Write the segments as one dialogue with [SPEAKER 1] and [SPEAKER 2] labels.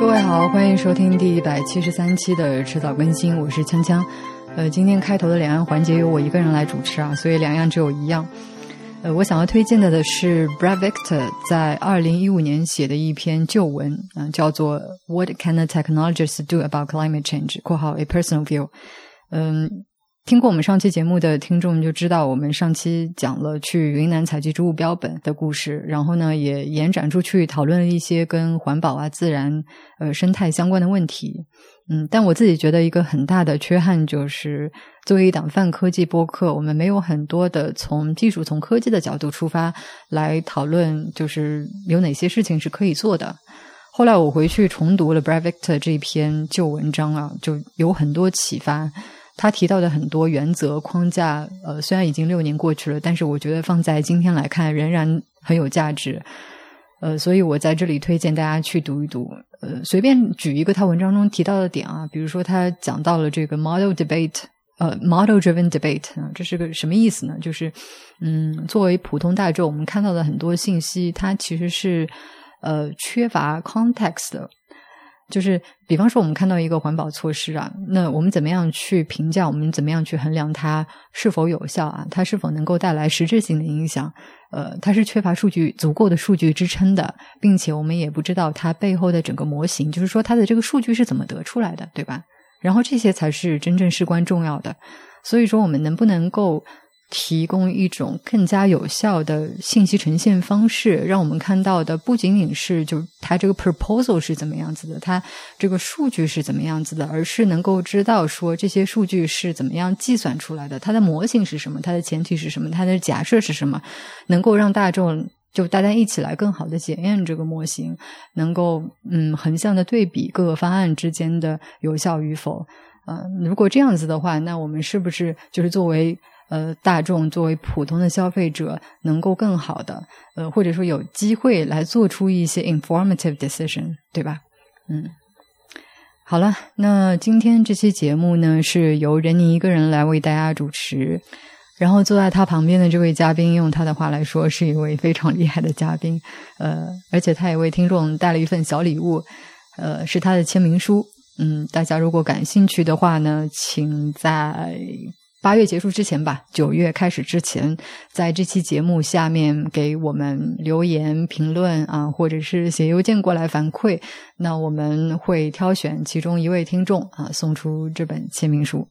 [SPEAKER 1] 各位好，欢迎收听第一百七十三期的迟早更新，我是锵锵。呃，今天开头的两岸环节由我一个人来主持啊，所以两样只有一样。呃，我想要推荐的的是 Brad Victor 在二零一五年写的一篇旧文，嗯、叫做《What Can the Technologists Do About Climate Change》（括号 A Personal View）。嗯，听过我们上期节目的听众就知道，我们上期讲了去云南采集植物标本的故事，然后呢，也延展出去讨论了一些跟环保啊、自然、呃生态相关的问题。嗯，但我自己觉得一个很大的缺憾就是，作为一档泛科技播客，我们没有很多的从技术、从科技的角度出发来讨论，就是有哪些事情是可以做的。后来我回去重读了 Brad Victor 这篇旧文章啊，就有很多启发。他提到的很多原则框架，呃，虽然已经六年过去了，但是我觉得放在今天来看，仍然很有价值。呃，所以我在这里推荐大家去读一读。呃，随便举一个他文章中提到的点啊，比如说他讲到了这个 model debate，呃，model driven debate 啊，这是个什么意思呢？就是嗯，作为普通大众，我们看到的很多信息，它其实是呃缺乏 context 的。就是比方说，我们看到一个环保措施啊，那我们怎么样去评价？我们怎么样去衡量它是否有效啊？它是否能够带来实质性的影响？呃，它是缺乏数据足够的数据支撑的，并且我们也不知道它背后的整个模型，就是说它的这个数据是怎么得出来的，对吧？然后这些才是真正事关重要的。所以说，我们能不能够提供一种更加有效的信息呈现方式，让我们看到的不仅仅是就它这个 proposal 是怎么样子的，它这个数据是怎么样子的，而是能够知道说这些数据是怎么样计算出来的，它的模型是什么，它的前提是什么，它的假设是什么，能够让大众就大家一起来更好的检验这个模型，能够嗯横向的对比各个方案之间的有效与否。嗯、呃，如果这样子的话，那我们是不是就是作为呃，大众作为普通的消费者，能够更好的，呃，或者说有机会来做出一些 informative decision，对吧？嗯，好了，那今天这期节目呢，是由任宁一个人来为大家主持，然后坐在他旁边的这位嘉宾，用他的话来说，是一位非常厉害的嘉宾，呃，而且他也为听众带了一份小礼物，呃，是他的签名书，嗯，大家如果感兴趣的话呢，请在。八月结束之前吧，九月开始之前，在这期节目下面给我们留言、评论啊，或者是写邮件过来反馈，那我们会挑选其中一位听众啊，送出这本签名书。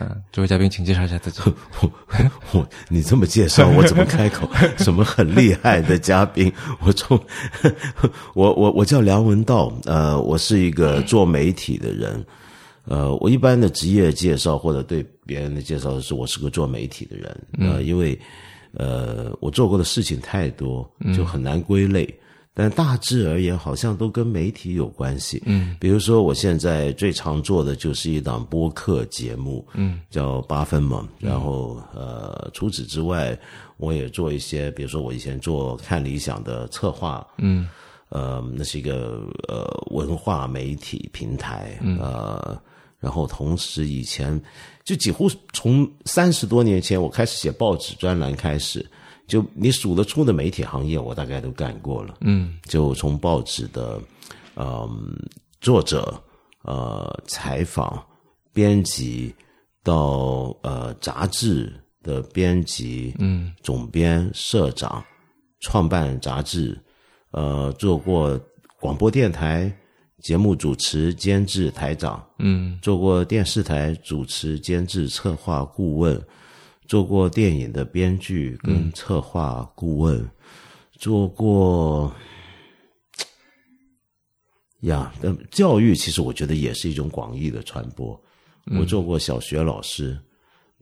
[SPEAKER 2] 嗯，这位嘉宾，请介绍一下自己。
[SPEAKER 3] 我我你这么介绍，我怎么开口？ 什么很厉害的嘉宾？我从我我我叫梁文道，呃，我是一个做媒体的人，呃，我一般的职业介绍或者对别人的介绍是我是个做媒体的人，呃，因为呃我做过的事情太多，就很难归类。但大致而言，好像都跟媒体有关系。嗯，比如说，我现在最常做的就是一档播客节目，嗯，叫八分嘛。然后，呃，除此之外，我也做一些，比如说我以前做看理想的策划，嗯，呃，那是一个呃文化媒体平台，呃，然后同时以前就几乎从三十多年前我开始写报纸专栏开始。就你数得出的媒体行业，我大概都干过了。嗯，就从报纸的，嗯、呃，作者，呃，采访、编辑，到呃杂志的编辑，嗯，总编、社长，创办杂志，呃，做过广播电台节目主持、监制、台长，嗯，做过电视台主持、监制、策划、顾问。做过电影的编剧跟
[SPEAKER 2] 嗯
[SPEAKER 3] 策划顾问，嗯、做过呀，呃，教育其实我觉得也是一种广义的传播。嗯、我做过小学老师，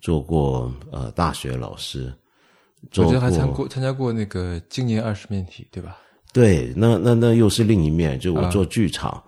[SPEAKER 3] 做过呃大学老师，做
[SPEAKER 2] 我觉得还参过参加过那个今年二十面体，对吧？
[SPEAKER 3] 对，那那那又是另一面，就我做剧场。啊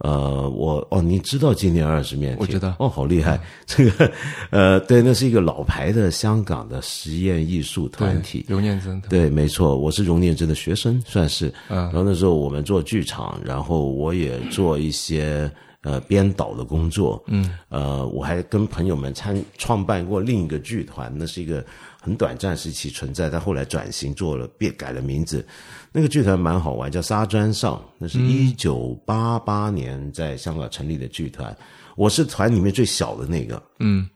[SPEAKER 3] 呃，我哦，你知道今年二十面体？
[SPEAKER 2] 我知道
[SPEAKER 3] 哦，好厉害！嗯、 这个呃，对，那是一个老牌的香港的实验艺术团体。
[SPEAKER 2] 荣念真
[SPEAKER 3] 对，没错，我是荣念真的学生，算是。嗯、然后那时候我们做剧场，然后我也做一些呃编导的工作，嗯，呃，我还跟朋友们参创办过另一个剧团，那是一个很短暂时期存在，但后来转型做了变改了名字，那个剧团蛮好玩，叫沙砖上，那是一九八八年在香港成立的剧团，我是团里面最小的那个，
[SPEAKER 2] 嗯，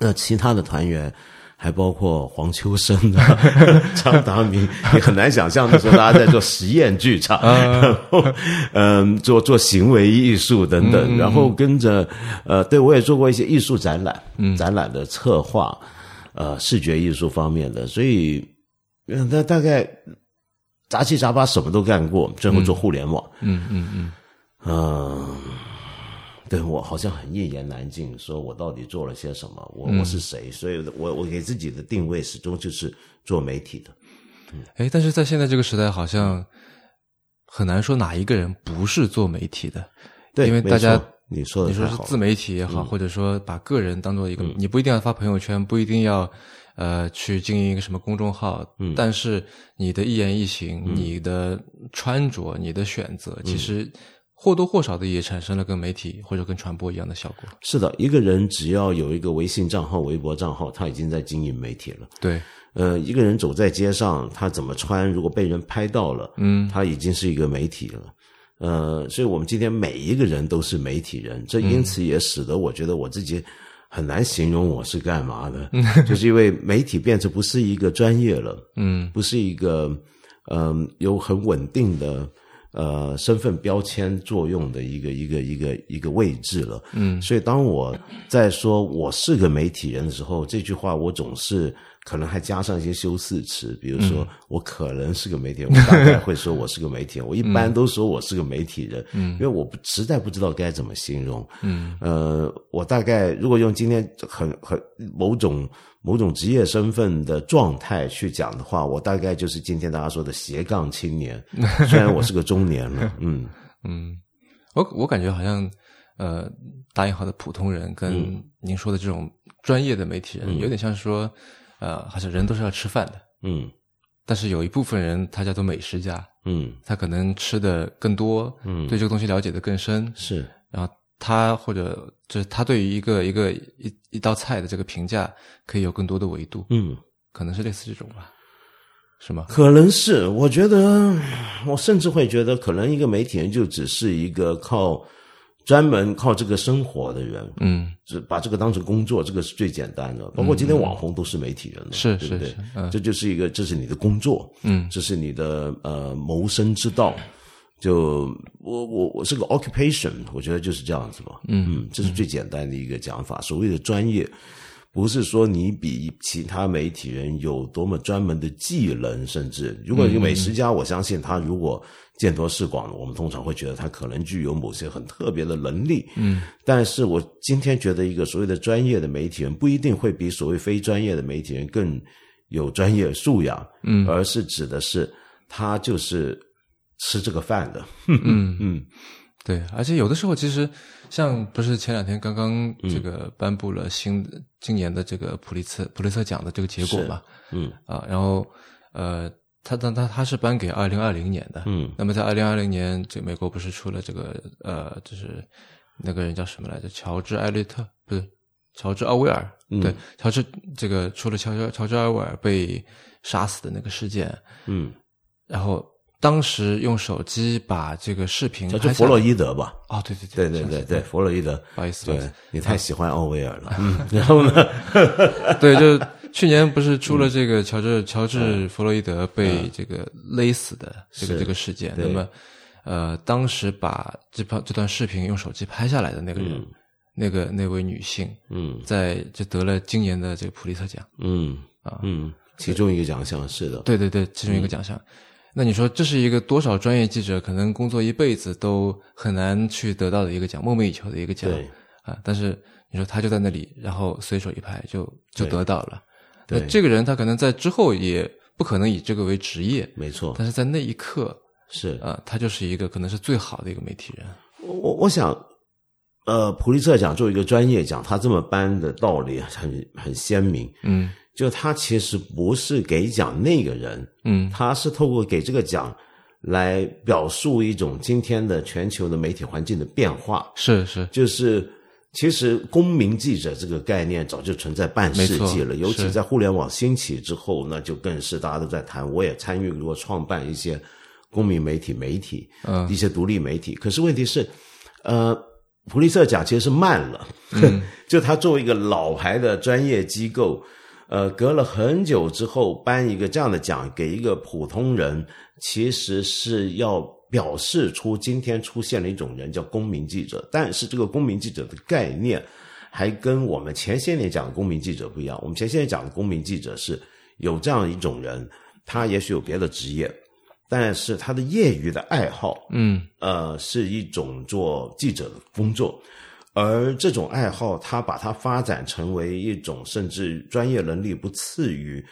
[SPEAKER 3] 那其他的团员。还包括黄秋生啊、 张达明，你很难想象那时候大家在做实验剧场，然后嗯，做做行为艺术等等，然后跟着呃，对我也做过一些艺术展览，展览的策划，呃，视觉艺术方面的，所以嗯，那大概杂七杂八什么都干过，最后做互联网，
[SPEAKER 2] 嗯嗯嗯，
[SPEAKER 3] 嗯，对我好像很一言难尽，说我到底做了些什么，
[SPEAKER 2] 嗯
[SPEAKER 3] 我、我是谁，所以我我给自己的定位始终就是做媒体的。
[SPEAKER 2] 哎，但是在现在这个时代，好像很难说哪一个人不是做媒体的，
[SPEAKER 3] 对，
[SPEAKER 2] 因为大家
[SPEAKER 3] 没错你说的
[SPEAKER 2] 你说
[SPEAKER 3] 呃太
[SPEAKER 2] 是
[SPEAKER 3] 好了
[SPEAKER 2] 自媒体也好，或者说把个人当做一个，你不一定要发朋友圈，不一定要呃去经营一个什么公众号，但是你的一言一行、你的穿着、你的选择，其实或多或少的也产生了跟媒体或者跟传播一样的效果。
[SPEAKER 3] 是的，一个人只要有一个微信账号、微博账号，他已经在经营媒体了。
[SPEAKER 2] 对，
[SPEAKER 3] 呃，一个人走在街上，他怎么穿，如果被人拍到了，
[SPEAKER 2] 嗯
[SPEAKER 3] 他已经是一个媒体了。呃，所以我们今天每一个人都是媒体人，这因此也使得我觉得我自己很难形容我是干嘛的， 就是因为媒体变成不是一个专业了，
[SPEAKER 2] 嗯
[SPEAKER 3] 不是一个嗯、有很稳定的呃身份标签作用的一个一个一个一个位置了。
[SPEAKER 2] 嗯
[SPEAKER 3] 所以当我在说我是个媒体人的时候，这句话我总是可能还加上一些修饰词，比如
[SPEAKER 2] 嗯
[SPEAKER 3] 说、我可能是个媒体人，我大概会说我是个媒体人，我一
[SPEAKER 2] 嗯
[SPEAKER 3] 般都说我是个媒体人，嗯，因为我不实在不知道该怎么形容，
[SPEAKER 2] 嗯，
[SPEAKER 3] 呃，我大概如果用今天很很某种某种职业身份的状态去讲的话，我大概就是今天大家说的斜杠青年，虽然我是个中年了，嗯。
[SPEAKER 2] 嗯，我我感觉好像呃，打引号的普通人
[SPEAKER 3] 嗯
[SPEAKER 2] 跟您说的这种专业的媒体人，有点像是说呃，好像人都是要吃饭的，
[SPEAKER 3] 嗯
[SPEAKER 2] 但是有一部分人他叫做美食家。
[SPEAKER 3] 嗯，
[SPEAKER 2] 他可能吃的更多，
[SPEAKER 3] 嗯
[SPEAKER 2] 对这个东西了解的更深，
[SPEAKER 3] 是，
[SPEAKER 2] 然后他或者就是他对于一个一个一一道菜的这个评价，可以有更多的维度，
[SPEAKER 3] 嗯，
[SPEAKER 2] 可能是类似这种吧，是吗？
[SPEAKER 3] 可能是，我觉得，我甚至会觉得，可能一个媒体人就只是一个靠专门靠这个生活的人，
[SPEAKER 2] 嗯，
[SPEAKER 3] 只把这个当成工作，这个是最简单的。包括今天网红都是媒体人了，
[SPEAKER 2] 是
[SPEAKER 3] 对不对
[SPEAKER 2] 是是嗯
[SPEAKER 3] 这就是一个，这是你的工作，
[SPEAKER 2] 嗯
[SPEAKER 3] 这是你的呃谋生之道。就我我我是个 occupation，我觉得就是这样子吧。嗯这是最简单的一个讲法。所谓的专业，不是说你比其他媒体人有多么专门的技能，甚至如
[SPEAKER 2] 嗯
[SPEAKER 3] 果一个美食家，我相信他如果见多识广，我们通常会觉得他可能具有某些很特别的能力。嗯，但是我今天觉得一个所谓的专业的媒体人，不一定会比所谓非专业的媒体人更有专业素养。嗯，而是指的是他就是吃这个饭的。
[SPEAKER 2] 嗯
[SPEAKER 3] 嗯
[SPEAKER 2] 对，而且有的时候其实像不是前两天刚刚
[SPEAKER 3] 嗯
[SPEAKER 2] 这个颁布了新的、今年的这个普利策普利策奖的这个结果嘛，
[SPEAKER 3] 嗯
[SPEAKER 2] 啊，然后呃，他但他他是颁给二零二零年的，
[SPEAKER 3] 嗯
[SPEAKER 2] 那么在二零二零年，这美国不是出了这个呃，就是那个人叫什么来着？乔治·艾略特不是乔治·奥威尔，
[SPEAKER 3] 嗯
[SPEAKER 2] 对，乔治这个出了乔治乔治·奥威尔被杀死的那个事件，
[SPEAKER 3] 嗯，
[SPEAKER 2] 然后当时用手机把这个视频
[SPEAKER 3] 叫
[SPEAKER 2] 拍
[SPEAKER 3] 做
[SPEAKER 2] 下
[SPEAKER 3] 弗
[SPEAKER 2] 来
[SPEAKER 3] 洛伊德吧？
[SPEAKER 2] 哦，对对
[SPEAKER 3] 对
[SPEAKER 2] 对
[SPEAKER 3] 对对对，弗洛伊德。
[SPEAKER 2] 不好意思，不好
[SPEAKER 3] 对
[SPEAKER 2] 意思，
[SPEAKER 3] 你太喜欢奥威尔了。嗯， 然后 呢？
[SPEAKER 2] 对，就是去年不是出了这个乔
[SPEAKER 3] 嗯
[SPEAKER 2] 治、乔治弗洛伊德被这个勒死的这个、
[SPEAKER 3] 是
[SPEAKER 2] 这个事件，
[SPEAKER 3] 对
[SPEAKER 2] 那么呃，当时把这段这段视频用手机拍下来的那个人，那个那位女性，
[SPEAKER 3] 嗯
[SPEAKER 2] 在就得了今年的这个普利策奖，
[SPEAKER 3] 嗯
[SPEAKER 2] 啊
[SPEAKER 3] 嗯，其中一个奖项是的。
[SPEAKER 2] 对对对，其中一个奖项。
[SPEAKER 3] 嗯
[SPEAKER 2] 那你说这是一个多少专业记者可能工作一辈子都很难去得到的一个奖，梦寐以求的一个奖
[SPEAKER 3] 对
[SPEAKER 2] 啊！但是你说他就在那里，然后随手一拍就就
[SPEAKER 3] 对
[SPEAKER 2] 得到了。那
[SPEAKER 3] 对
[SPEAKER 2] 这个人他可能在之后也不可能以这个为职业，
[SPEAKER 3] 没错，
[SPEAKER 2] 但是在那一刻，
[SPEAKER 3] 是
[SPEAKER 2] 啊，他就是一个可能是最好的一个媒体人。
[SPEAKER 3] 我我我想，呃，普利策奖作为一个专业奖，他这么颁的道理很很鲜明。
[SPEAKER 2] 嗯
[SPEAKER 3] 就他其实不是给奖那个人，
[SPEAKER 2] 嗯
[SPEAKER 3] 他是透过给这个奖来表述一种今天的全球的媒体环境的变化。
[SPEAKER 2] 是是，
[SPEAKER 3] 就是其实公民记者这个概念早就存在半世纪了，
[SPEAKER 2] 没错
[SPEAKER 3] 尤其
[SPEAKER 2] 是
[SPEAKER 3] 在互联网兴起之后，那就更是大家都在谈。我也参与过创办一些公民媒体、媒体，
[SPEAKER 2] 嗯
[SPEAKER 3] 一些独立媒体。可是问题是，呃，普利策奖其实是慢了，
[SPEAKER 2] 嗯
[SPEAKER 3] 就他作为一个老牌的专业机构，呃，隔了很久之后颁一个这样的奖给一个普通人，其实是要表示出今天出现了一种人叫公民记者，但是这个公民记者的概念还跟我们前些年讲的公民记者不一样。我们前些年讲的公民记者是有这样一种人，他也许有别的职业，但是他的业余的爱好，
[SPEAKER 2] 嗯
[SPEAKER 3] 呃，是一种做记者的工作，而这种爱好，他把它发展成为一种甚至专业能力不次于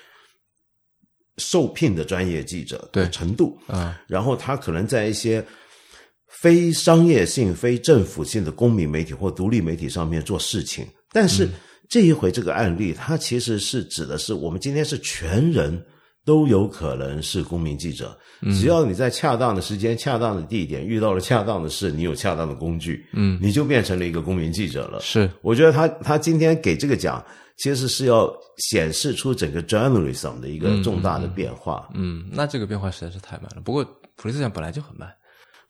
[SPEAKER 3] 受聘的专业记者的
[SPEAKER 2] 对
[SPEAKER 3] 程度。
[SPEAKER 2] 啊
[SPEAKER 3] 然后他可能在一些非商业性、非政府性的公民媒体或独立媒体上面做事情。但
[SPEAKER 2] 嗯
[SPEAKER 3] 是这一回这个案例，它其实是指的是我们今天是全人都有可能是公民记者，
[SPEAKER 2] 嗯
[SPEAKER 3] 只要你在恰当的时间、恰当的地点遇到了恰当的事，你有恰当的工具，
[SPEAKER 2] 嗯
[SPEAKER 3] 你就变成了一个公民记者了。
[SPEAKER 2] 是
[SPEAKER 3] 我觉得他他今天给这个奖，其实是要显示出整个 journalism 的一个重大的变化。
[SPEAKER 2] 嗯，那这个变化实在是太慢了。不过普利斯奖本来就很慢，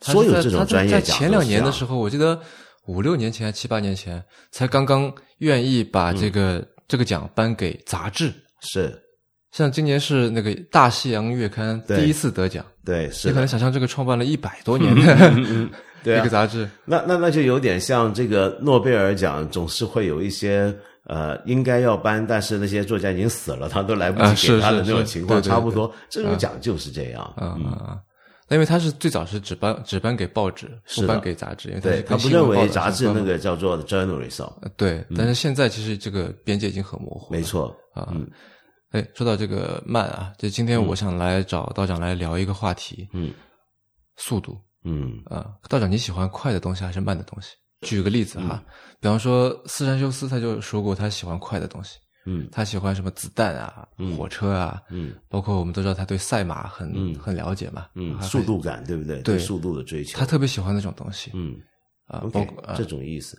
[SPEAKER 2] 它是
[SPEAKER 3] 所有
[SPEAKER 2] 在
[SPEAKER 3] 这种
[SPEAKER 2] 它在
[SPEAKER 3] 专业
[SPEAKER 2] 在
[SPEAKER 3] 奖
[SPEAKER 2] 前
[SPEAKER 3] 都
[SPEAKER 2] 两
[SPEAKER 3] 是
[SPEAKER 2] 年
[SPEAKER 3] 这
[SPEAKER 2] 的
[SPEAKER 3] 样
[SPEAKER 2] 时候，我记得五六年前还七八年前，才刚刚愿意把
[SPEAKER 3] 嗯
[SPEAKER 2] 这个、这个奖颁给杂志。
[SPEAKER 3] 是，
[SPEAKER 2] 像今年是那个《大西洋月刊》
[SPEAKER 3] 对
[SPEAKER 2] 第一次得奖，
[SPEAKER 3] 对，
[SPEAKER 2] 你
[SPEAKER 3] 是
[SPEAKER 2] 可
[SPEAKER 3] 的嗯
[SPEAKER 2] 能，想象这个创办了一百 多年 的
[SPEAKER 3] 对
[SPEAKER 2] 一
[SPEAKER 3] 啊
[SPEAKER 2] 个杂志，
[SPEAKER 3] 那那那就有点像这个诺贝尔奖，总是会有一些呃应该要颁，但是那些作家已经死了，他都来不
[SPEAKER 2] 啊
[SPEAKER 3] 及给
[SPEAKER 2] 是
[SPEAKER 3] 他的那
[SPEAKER 2] 是
[SPEAKER 3] 种
[SPEAKER 2] 是
[SPEAKER 3] 情况，
[SPEAKER 2] 对对
[SPEAKER 3] 差不多。这种奖就是这样，嗯
[SPEAKER 2] 啊啊啊！那因为它是最早是只颁只颁给报纸，
[SPEAKER 3] 是
[SPEAKER 2] 不
[SPEAKER 3] 的
[SPEAKER 2] 颁给杂志，因为它
[SPEAKER 3] 对
[SPEAKER 2] 是
[SPEAKER 3] 他
[SPEAKER 2] 跟
[SPEAKER 3] 不
[SPEAKER 2] 新闻
[SPEAKER 3] 认
[SPEAKER 2] 报
[SPEAKER 3] 为
[SPEAKER 2] 道
[SPEAKER 3] 杂
[SPEAKER 2] 相
[SPEAKER 3] 志
[SPEAKER 2] 关
[SPEAKER 3] 那
[SPEAKER 2] 嘛
[SPEAKER 3] 个叫做 journalism，
[SPEAKER 2] 呃对，但是现在其实这个边界已经很模糊了，
[SPEAKER 3] 没错，嗯
[SPEAKER 2] 啊。哎，说到这个慢啊，就今天我想来找道长来聊一个话题，
[SPEAKER 3] 嗯
[SPEAKER 2] 速度
[SPEAKER 3] 嗯
[SPEAKER 2] 啊。道长，你喜欢快的东西还是慢的东西？举个例子哈，
[SPEAKER 3] 嗯
[SPEAKER 2] 比方说斯山修斯他就说过他喜欢快的东西，
[SPEAKER 3] 嗯
[SPEAKER 2] 他喜欢什么子弹啊、火车啊，
[SPEAKER 3] 嗯
[SPEAKER 2] 包括我们都知道他对赛马很、
[SPEAKER 3] 嗯
[SPEAKER 2] 很了解嘛，
[SPEAKER 3] 嗯，
[SPEAKER 2] 啊还
[SPEAKER 3] 速度感对不对？
[SPEAKER 2] 对
[SPEAKER 3] 速度的追求，
[SPEAKER 2] 他特别喜欢那种东西
[SPEAKER 3] 嗯
[SPEAKER 2] 啊，包
[SPEAKER 3] OK
[SPEAKER 2] 括啊
[SPEAKER 3] 这种意思。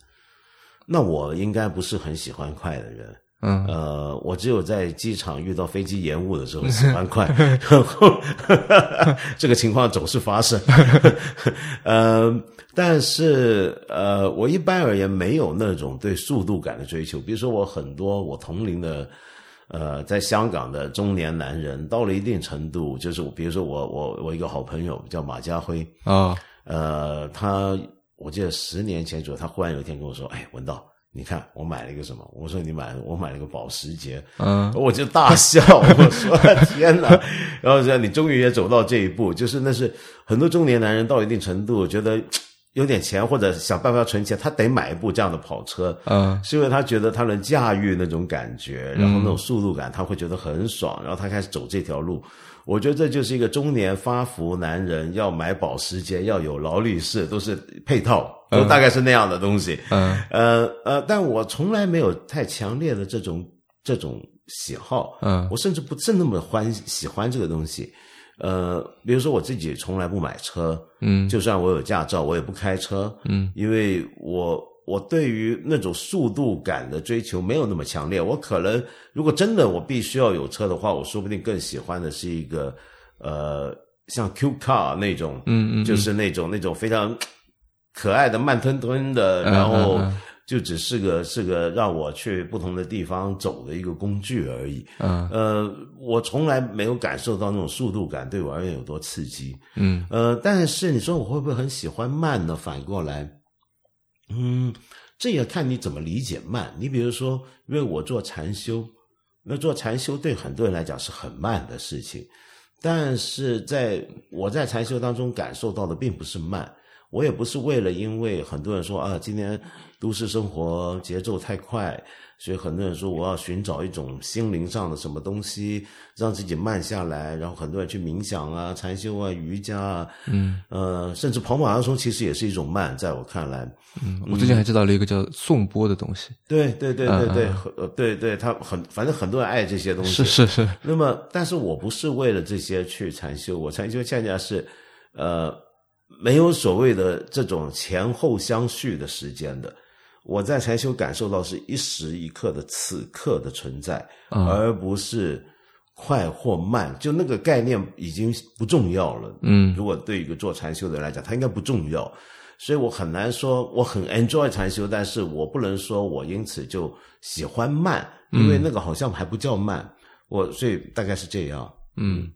[SPEAKER 3] 那我应该不是很喜欢快的人，
[SPEAKER 2] 嗯
[SPEAKER 3] 呃，我只有在机场遇到飞机延误的时候喜欢快，然后这个情况总是发生。 呃，但是呃，我一般而言没有那种对速度感的追求。比如说，我很多我同龄的。呃，在香港的中年男人到了一定程度，就是我比如说我我我一个好朋友叫马家辉，
[SPEAKER 2] 啊
[SPEAKER 3] 呃，他我记得十年前左右，他忽然有一天跟我说：“哎，文道，你看我买了一个什么？”我说：“你买了，我买了个保时捷。”
[SPEAKER 2] 嗯
[SPEAKER 3] 我就大笑，我说：“天哪！”然后说：“你终于也走到这一步，就是那是很多中年男人到一定程度，觉得有点钱或者想办法存钱，他得买一部这样的跑车。”
[SPEAKER 2] 嗯
[SPEAKER 3] 是因为他觉得他能驾驭那种感觉，然后那种速度感，他会觉得很爽，然后他开始走这条路。我觉得这就是一个中年发福男人要买保时捷，要有劳力士，都是配套，都大概是那样的东西。
[SPEAKER 2] 嗯
[SPEAKER 3] 呃呃，但我从来没有太强烈的这种这种喜好，
[SPEAKER 2] 嗯
[SPEAKER 3] 我甚至不是那么欢喜欢这个东西。呃，比如说我自己从来不买车，
[SPEAKER 2] 嗯
[SPEAKER 3] 就算我有驾照，我也不开车，
[SPEAKER 2] 嗯，
[SPEAKER 3] 因为我我对于那种速度感的追求没有那么强烈。我可能如果真的我必须要有车的话，我说不定更喜欢的是一个呃，像 Q Car 那种，
[SPEAKER 2] 嗯嗯
[SPEAKER 3] 就是那种那种非常可爱的慢吞吞的，
[SPEAKER 2] 嗯
[SPEAKER 3] 然后
[SPEAKER 2] 嗯嗯
[SPEAKER 3] 就只是个是个让我去不同的地方走的一个工具而已。
[SPEAKER 2] 嗯
[SPEAKER 3] 呃，我从来没有感受到那种速度感对我而言有多刺激。
[SPEAKER 2] 嗯
[SPEAKER 3] 呃，但是你说我会不会很喜欢慢呢？反过来，嗯，这也看你怎么理解慢。你比如说，因为我做禅修，那做禅修对很多人来讲是很慢的事情，但是在我在禅修当中感受到的并不是慢。我也不是为了，因为很多人说啊，今天都市生活节奏太快，所以很多人说我要寻找一种心灵上的什么东西，让自己慢下来。然后很多人去冥想啊、禅修啊、瑜伽啊，
[SPEAKER 2] 嗯
[SPEAKER 3] 呃，甚至跑马拉松其实也是一种慢，在我看来，
[SPEAKER 2] 嗯，我最近还知道了一个叫颂钵的东西，
[SPEAKER 3] 对对对对对，
[SPEAKER 2] 嗯
[SPEAKER 3] 很呃对对，他很反正很多人爱这些东西，
[SPEAKER 2] 是是是，
[SPEAKER 3] 那么，但是我不是为了这些去禅修，我禅修恰恰是，呃，没有所谓的这种前后相续的时间的。我在禅修感受到是一时一刻的此刻的存在，
[SPEAKER 2] 嗯
[SPEAKER 3] 而不是快或慢，就那个概念已经不重要了。
[SPEAKER 2] 嗯
[SPEAKER 3] 如果对一个做禅修的人来讲，它应该不重要，所以我很难说我很 enjoy 禅修，但是我不能说我因此就喜欢慢，
[SPEAKER 2] 嗯
[SPEAKER 3] 因为那个好像还不叫慢。我所以大概是这样，
[SPEAKER 2] 嗯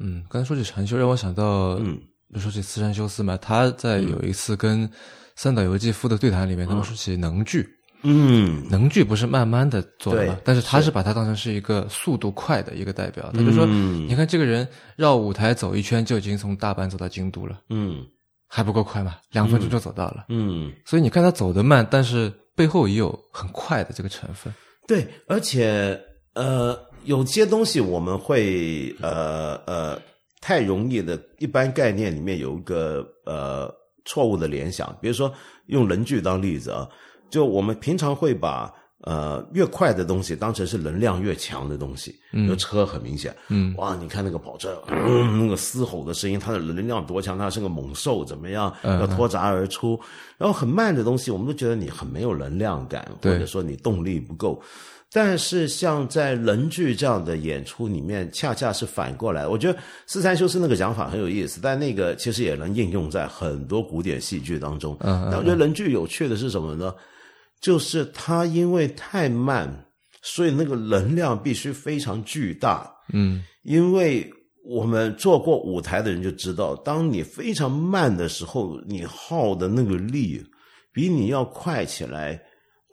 [SPEAKER 2] 嗯，刚才说起禅修，让我想到，
[SPEAKER 3] 嗯，
[SPEAKER 2] 说起四山修司嘛，他在有一次跟三岛由纪夫的对谈里面，他们说起能剧，
[SPEAKER 3] 嗯
[SPEAKER 2] 能剧不是慢慢的做的嘛
[SPEAKER 3] 对，
[SPEAKER 2] 但是他是把它当成是一个速度快的一个代表，他就说，
[SPEAKER 3] 嗯
[SPEAKER 2] 你看这个人绕舞台走一圈就已经从大阪走到京都了，
[SPEAKER 3] 嗯
[SPEAKER 2] 还不够快吗？两分钟就走到了，
[SPEAKER 3] 嗯，
[SPEAKER 2] 所以你看他走得慢，但是背后也有很快的这个成分，
[SPEAKER 3] 对，而且呃，有些东西我们会呃呃太容易的，一般概念里面有一个呃错误的联想，比如说用能距当例子啊，就我们平常会把。呃，越快的东西当成是能量越强的东西，比如车很明显，
[SPEAKER 2] 嗯
[SPEAKER 3] 哇，你看那个跑车、嗯那个嘶吼的声音，它的能量多强，它是个猛兽，怎么样，
[SPEAKER 2] 嗯
[SPEAKER 3] 要脱闸而出。然后很慢的东西，我们都觉得你很没有能量感，
[SPEAKER 2] 对
[SPEAKER 3] 或者说你动力不够。但是像在人剧这样的演出里面，恰恰是反过来。我觉得四三修斯那个讲法很有意思，但那个其实也能应用在很多古典戏剧当中。
[SPEAKER 2] 嗯嗯
[SPEAKER 3] 但我觉得人剧有趣的是什么呢？就是它因为太慢，所以那个能量必须非常巨大。
[SPEAKER 2] 嗯
[SPEAKER 3] 因为我们做过舞台的人就知道，当你非常慢的时候，你耗的那个力比你要快起来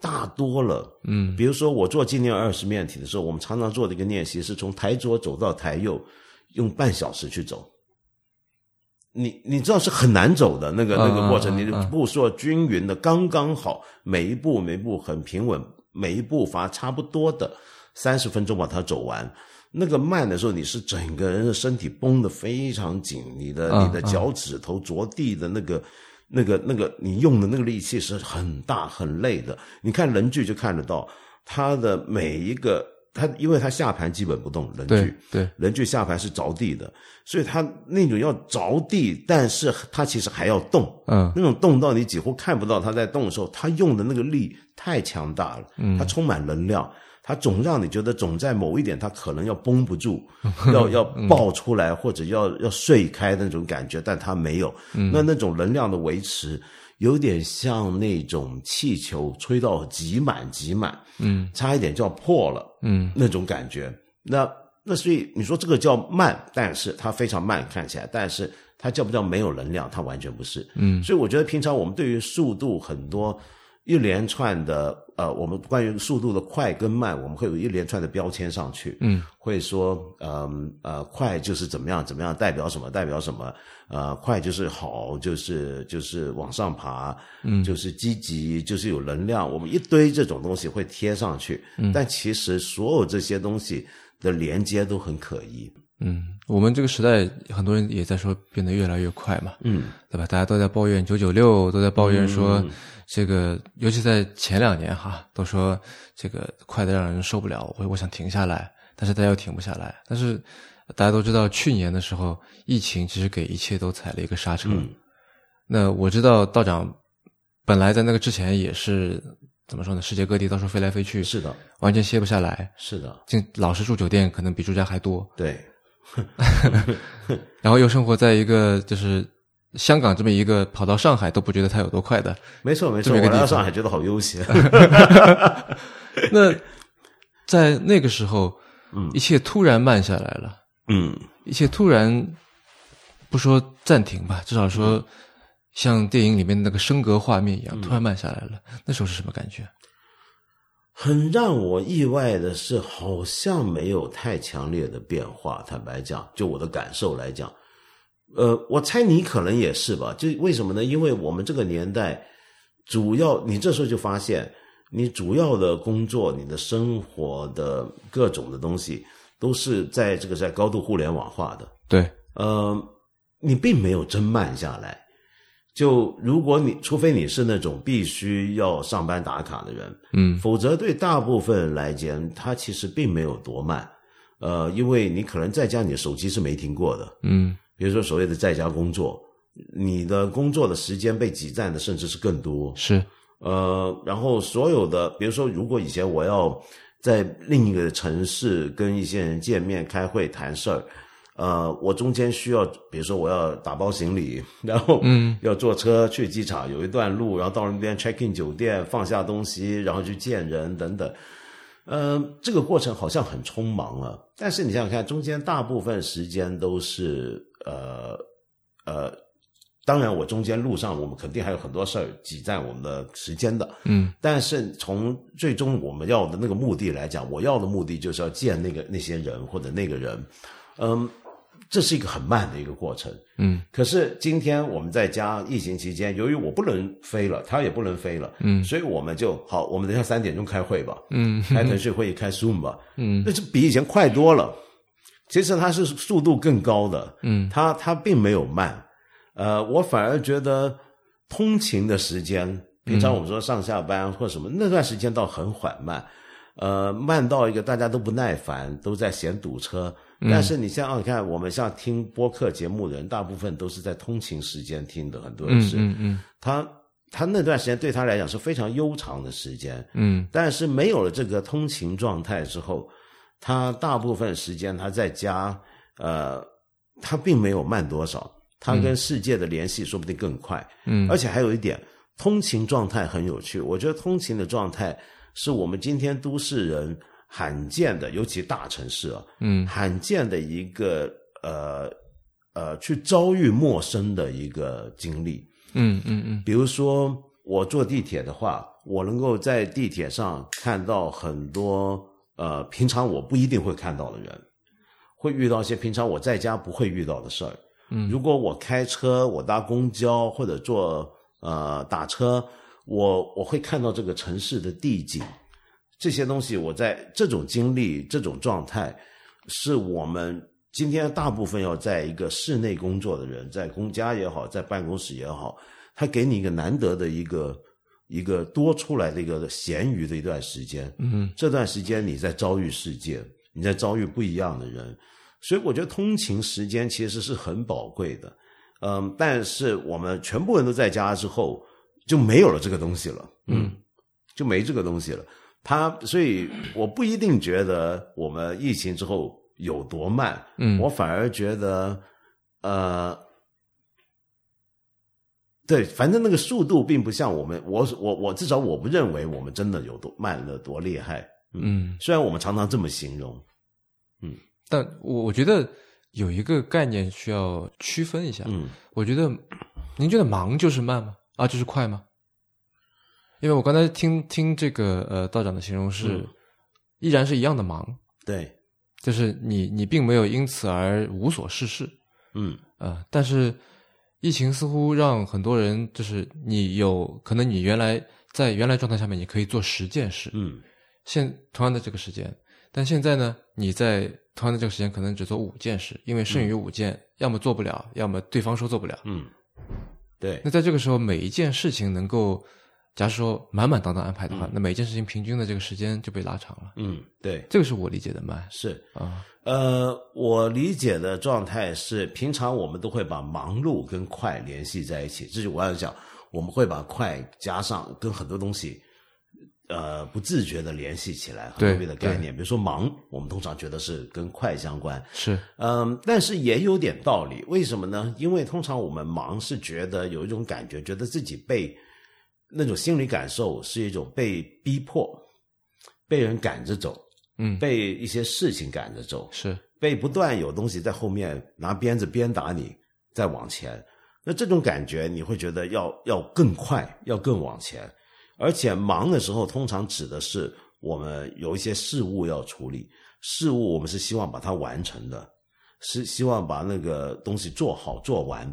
[SPEAKER 3] 大多了。
[SPEAKER 2] 嗯
[SPEAKER 3] 比如说，我做纪念二十面体的时候，我们常常做的一个练习是从台左走到台右，用半小时去走。你你知道是很难走的那个那个过
[SPEAKER 2] 嗯嗯
[SPEAKER 3] 程，
[SPEAKER 2] 嗯
[SPEAKER 3] 你的
[SPEAKER 2] 嗯
[SPEAKER 3] 步数均匀的刚刚好，每一步每一步很平稳，每一步伐差不多的，三十分钟把它走完。那个慢的时候，你是整个人的身体绷得非常紧，你的
[SPEAKER 2] 嗯
[SPEAKER 3] 你的脚趾头着地的那个、那个、那个，你用的那个力气是很大很累的。你看人剧就看得到，他的每一个他，因为他下盘基本不动，人
[SPEAKER 2] 对
[SPEAKER 3] 剧。
[SPEAKER 2] 对，
[SPEAKER 3] 人剧下盘是着地的，所以他那种要着地，但是他其实还要动，
[SPEAKER 2] 嗯
[SPEAKER 3] 那种动到你几乎看不到他在动的时候，他用的那个力太强大了，他充满能量，他总让你觉得总在某一点他可能要绷不住， 要要爆出来或者要要碎开那种感觉，但他没有。那那种能量的维持，有点像那种气球吹到极满极满，
[SPEAKER 2] 嗯
[SPEAKER 3] 差一点就要破了。
[SPEAKER 2] 嗯
[SPEAKER 3] 那种感觉。那那所以你说这个叫慢，但是它非常慢看起来，但是它叫不叫没有能量？它完全不是。
[SPEAKER 2] 嗯
[SPEAKER 3] 所以我觉得平常我们对于速度很多一连串的呃，我们关于速度的快跟慢，我们会有一连串的标签上去。
[SPEAKER 2] 嗯，
[SPEAKER 3] 会说，嗯呃快就是怎么样怎么样，代表什么代表什么，呃，快就是好，就是就是往上爬，嗯，就是积极，就是有能量，我们一堆这种东西会贴上去，嗯，但其实所有这些东西的连接都很可疑，
[SPEAKER 2] 嗯，我们这个时代很多人也在说变得越来越快嘛，
[SPEAKER 3] 嗯
[SPEAKER 2] 对吧？大家都在抱怨九九六，都在抱怨说这个，尤其在前两年哈，都说这个快的让人受不了，我我想停下来，但是大家又停不下来。但是大家都知道，去年的时候，疫情其实给一切都踩了一个刹车。
[SPEAKER 3] 嗯
[SPEAKER 2] 那我知道道长本来在那个之前也是怎么说呢，世界各地到处飞来飞去，
[SPEAKER 3] 是的，
[SPEAKER 2] 完全歇不下来，
[SPEAKER 3] 是的，
[SPEAKER 2] 竟老是住酒店，可能比住家还多。
[SPEAKER 3] 对，
[SPEAKER 2] 然后又生活在一个就是香港这么一个跑到上海都不觉得它有多快的，
[SPEAKER 3] 没错没
[SPEAKER 2] 这
[SPEAKER 3] 错，
[SPEAKER 2] 么一
[SPEAKER 3] 我
[SPEAKER 2] 个
[SPEAKER 3] 来到
[SPEAKER 2] 地方
[SPEAKER 3] 上海觉得好 悠闲，
[SPEAKER 2] 那在那个时候，一切突然慢下来了，
[SPEAKER 3] 嗯
[SPEAKER 2] 一切突然不说暂停吧，至少
[SPEAKER 3] 嗯
[SPEAKER 2] 说像电影里面那个升格画面一样，突然慢下来了。那时候是什么感觉？
[SPEAKER 3] 很让我意外的是，好像没有太强烈的变化。坦白讲，就我的感受来讲，呃，我猜你可能也是吧。就为什么呢？因为我们这个年代，主要你这时候就发现，你主要的工作、你的生活的各种的东西，都是在这个在高度互联网化的。
[SPEAKER 2] 对，
[SPEAKER 3] 呃，你并没有真慢下来。就如果你，除非你是那种必须要上班打卡的人，
[SPEAKER 2] 嗯
[SPEAKER 3] 否则对大部分人来讲，它其实并没有多慢。呃，因为你可能在家，你的手机是没停过的，
[SPEAKER 2] 嗯
[SPEAKER 3] 比如说所谓的在家工作，你的工作的时间被挤占的甚至是更多。
[SPEAKER 2] 是，
[SPEAKER 3] 呃，然后所有的，比如说，如果以前我要在另一个城市跟一些人见面、开会、谈事儿，呃，我中间需要，比如说我要打包行李，然后
[SPEAKER 2] 嗯
[SPEAKER 3] 要坐车去机场，有一段路，然后到那边 check in 酒店，放下东西，然后去见人等等。呃，这个过程好像很匆忙啊，但是你想想看，中间大部分时间都是呃呃，当然我中间路上我们肯定还有很多事儿挤占我们的时间的，
[SPEAKER 2] 嗯
[SPEAKER 3] 但是从最终我们要的那个目的来讲，我要的目的就是要见那个那些人或者那个人，嗯，这是一个很慢的一个过程。
[SPEAKER 2] 嗯
[SPEAKER 3] 可是今天我们在家疫情期间，由于我不能飞了，他也不能飞了，
[SPEAKER 2] 嗯
[SPEAKER 3] 所以我们就好，我们等一下三点钟开会 吧，
[SPEAKER 2] 嗯
[SPEAKER 3] 开腾讯会议，开 Zoom 吧，
[SPEAKER 2] 嗯
[SPEAKER 3] 那是比以前快多了。其实它是速度更高的，
[SPEAKER 2] 嗯
[SPEAKER 3] 它它并没有慢。呃，我反而觉得通勤的时间，平常我们说上下班或什么、那段时间倒很缓慢，呃，慢到一个大家都不耐烦，都在嫌堵车。
[SPEAKER 2] 嗯
[SPEAKER 3] 但是你像、啊你看，我们像听播客节目的人，大部分都是在通勤时间听的，很多人
[SPEAKER 2] 嗯
[SPEAKER 3] 是、
[SPEAKER 2] 嗯嗯
[SPEAKER 3] 他他那段时间对他来讲是非常悠长的时间。
[SPEAKER 2] 嗯
[SPEAKER 3] 但是没有了这个通勤状态之后，他大部分时间他在家，呃，他并没有慢多少，他跟世界的联系说不定更快。
[SPEAKER 2] 嗯
[SPEAKER 3] 而且还有一点，通勤状态很有趣。我觉得通勤的状态是我们今天都市人罕见的，尤其大城市啊，
[SPEAKER 2] 嗯
[SPEAKER 3] 罕见的一个呃呃去遭遇陌生的一个经历。
[SPEAKER 2] 嗯嗯
[SPEAKER 3] 比如说我坐地铁的话，我能够在地铁上看到很多呃平常我不一定会看到的人，会遇到一些平常我在家不会遇到的事儿。
[SPEAKER 2] 嗯
[SPEAKER 3] 如果我开车，我搭公交或者坐呃打车，我我会看到这个城市的地景，这些东西，我在这种经历、这种状态，是我们今天大部分要在一个室内工作的人，在公家也好，在办公室也好，他给你一个难得的一个一个多出来的一个闲余的一段时间，
[SPEAKER 2] 嗯
[SPEAKER 3] 这段时间你在遭遇世界，你在遭遇不一样的人，所以我觉得通勤时间其实是很宝贵的。嗯，但是我们全部人都在家之后，就没有了这个东西了。嗯，就没这个东西了。它，所以我不一定觉得我们疫情之后有多慢，
[SPEAKER 2] 嗯
[SPEAKER 3] 我反而觉得，呃，对，反正那个速度并不像我们，我我我至少我不认为我们真的有多慢了多厉害。
[SPEAKER 2] 嗯。
[SPEAKER 3] 虽然我们常常这么形容，
[SPEAKER 2] 但我我觉得有一个概念需要区分一下。
[SPEAKER 3] 嗯，
[SPEAKER 2] 我觉得，您觉得忙就是慢吗？啊，就是快吗？因为我刚才听听这个呃道长的形容是，
[SPEAKER 3] 嗯
[SPEAKER 2] 依然是一样的忙，
[SPEAKER 3] 对，
[SPEAKER 2] 就是你你并没有因此而无所事事
[SPEAKER 3] 嗯
[SPEAKER 2] 啊、呃但是疫情似乎让很多人就是你有可能你原来在原来状态下面你可以做十件事，
[SPEAKER 3] 嗯
[SPEAKER 2] 现同样的这个时间，但现在呢，你在同样的这个时间可能只做五件事，因为剩余五件、要么做不了，要么对方说做不了。
[SPEAKER 3] 嗯，对
[SPEAKER 2] 那，在这个时候，每一件事情能够，假如说满满当当安排的话，那每一件事情平均的这个时间就被拉长了。
[SPEAKER 3] 嗯对，
[SPEAKER 2] 这个是我理解的慢
[SPEAKER 3] 是。
[SPEAKER 2] 啊，
[SPEAKER 3] 呃，我理解的状态是，平常我们都会把忙碌跟快联系在一起。这就我要讲，我们会把快加上跟很多东西，呃，不自觉的联系起来，很
[SPEAKER 2] 对
[SPEAKER 3] 特别的概念。比如说忙，我们通常觉得是跟快相关，
[SPEAKER 2] 是，
[SPEAKER 3] 嗯，但是也有点道理。为什么呢？因为通常我们忙是觉得有一种感觉，觉得自己被那种心理感受是一种被逼迫、被人赶着走、
[SPEAKER 2] 嗯，
[SPEAKER 3] 被一些事情赶着走。
[SPEAKER 2] 是，
[SPEAKER 3] 被不断有东西在后面拿鞭子鞭打你，再往前。那这种感觉，你会觉得要要更快，要更往前。而且忙的时候，通常指的是我们有一些事物要处理，事物我们是希望把它完成的，是希望把那个东西做好做完。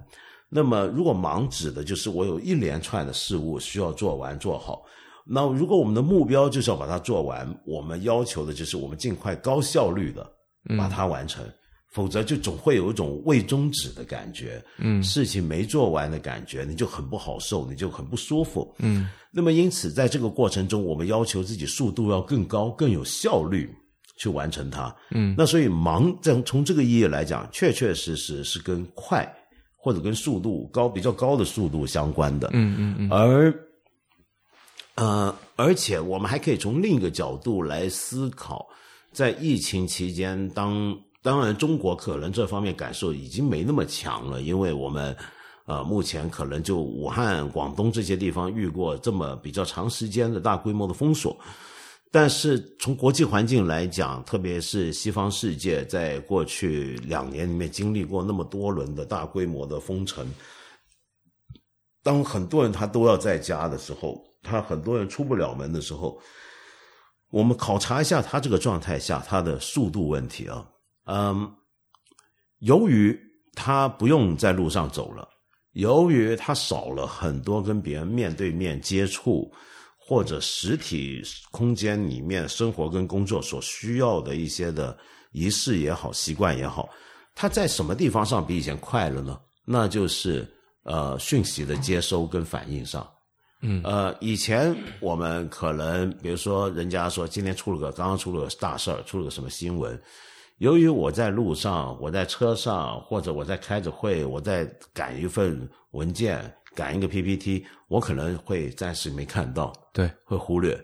[SPEAKER 3] 那么，如果忙指的就是我有一连串的事物需要做完做好。那如果我们的目标就是要把它做完，我们要求的就是我们尽快高效率的
[SPEAKER 2] 嗯
[SPEAKER 3] 把它完成，否则就总会有一种未终止的感觉，
[SPEAKER 2] 嗯
[SPEAKER 3] 事情没做完的感觉，你就很不好受，你就很不舒服。
[SPEAKER 2] 嗯
[SPEAKER 3] 那么因此，在这个过程中，我们要求自己速度要更高、更有效率，去完成它。嗯，那所以忙，这样从这个意义来讲，确确实实是跟快或者跟速度高比较高的速度相关的。
[SPEAKER 2] 嗯嗯嗯，
[SPEAKER 3] 而呃，而且我们还可以从另一个角度来思考，在疫情期间，当当然中国可能这方面感受已经没那么强了，因为我们呃目前可能就武汉、广东这些地方遇过这么比较长时间的大规模的封锁。但是从国际环境来讲，特别是西方世界在过去两年里面经历过那么多轮的大规模的封城，当很多人他都要在家的时候，他很多人出不了门的时候，我们考察一下他这个状态下他的速度问题啊，嗯，由于他不用在路上走了，由于他少了很多跟别人面对面接触，或者实体空间里面生活跟工作所需要的一些的仪式也好、习惯也好，他在什么地方上比以前快了呢？那就是呃讯息的接收跟反应上。
[SPEAKER 2] 嗯
[SPEAKER 3] 呃，以前我们可能比如说人家说今天出了个刚刚出了个大事儿，出了个什么新闻，由于我在路上，我在车上，或者我在开着会，我在赶一份文件，赶一个 PPT，我可能会暂时没看到，
[SPEAKER 2] 对，
[SPEAKER 3] 会忽略。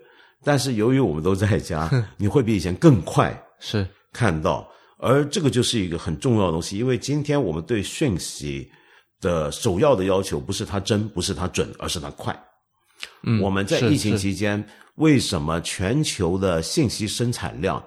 [SPEAKER 3] 但是由于我们都在家，你会比以前更快
[SPEAKER 2] 是，
[SPEAKER 3] 看到，而这个就是一个很重要的东西，因为今天我们对讯息的首要的要求不是它真，不是它准，而是它快。
[SPEAKER 2] 嗯，
[SPEAKER 3] 我们在
[SPEAKER 2] 是
[SPEAKER 3] 疫情
[SPEAKER 2] 是
[SPEAKER 3] 期间，为什么全球的信息生产量，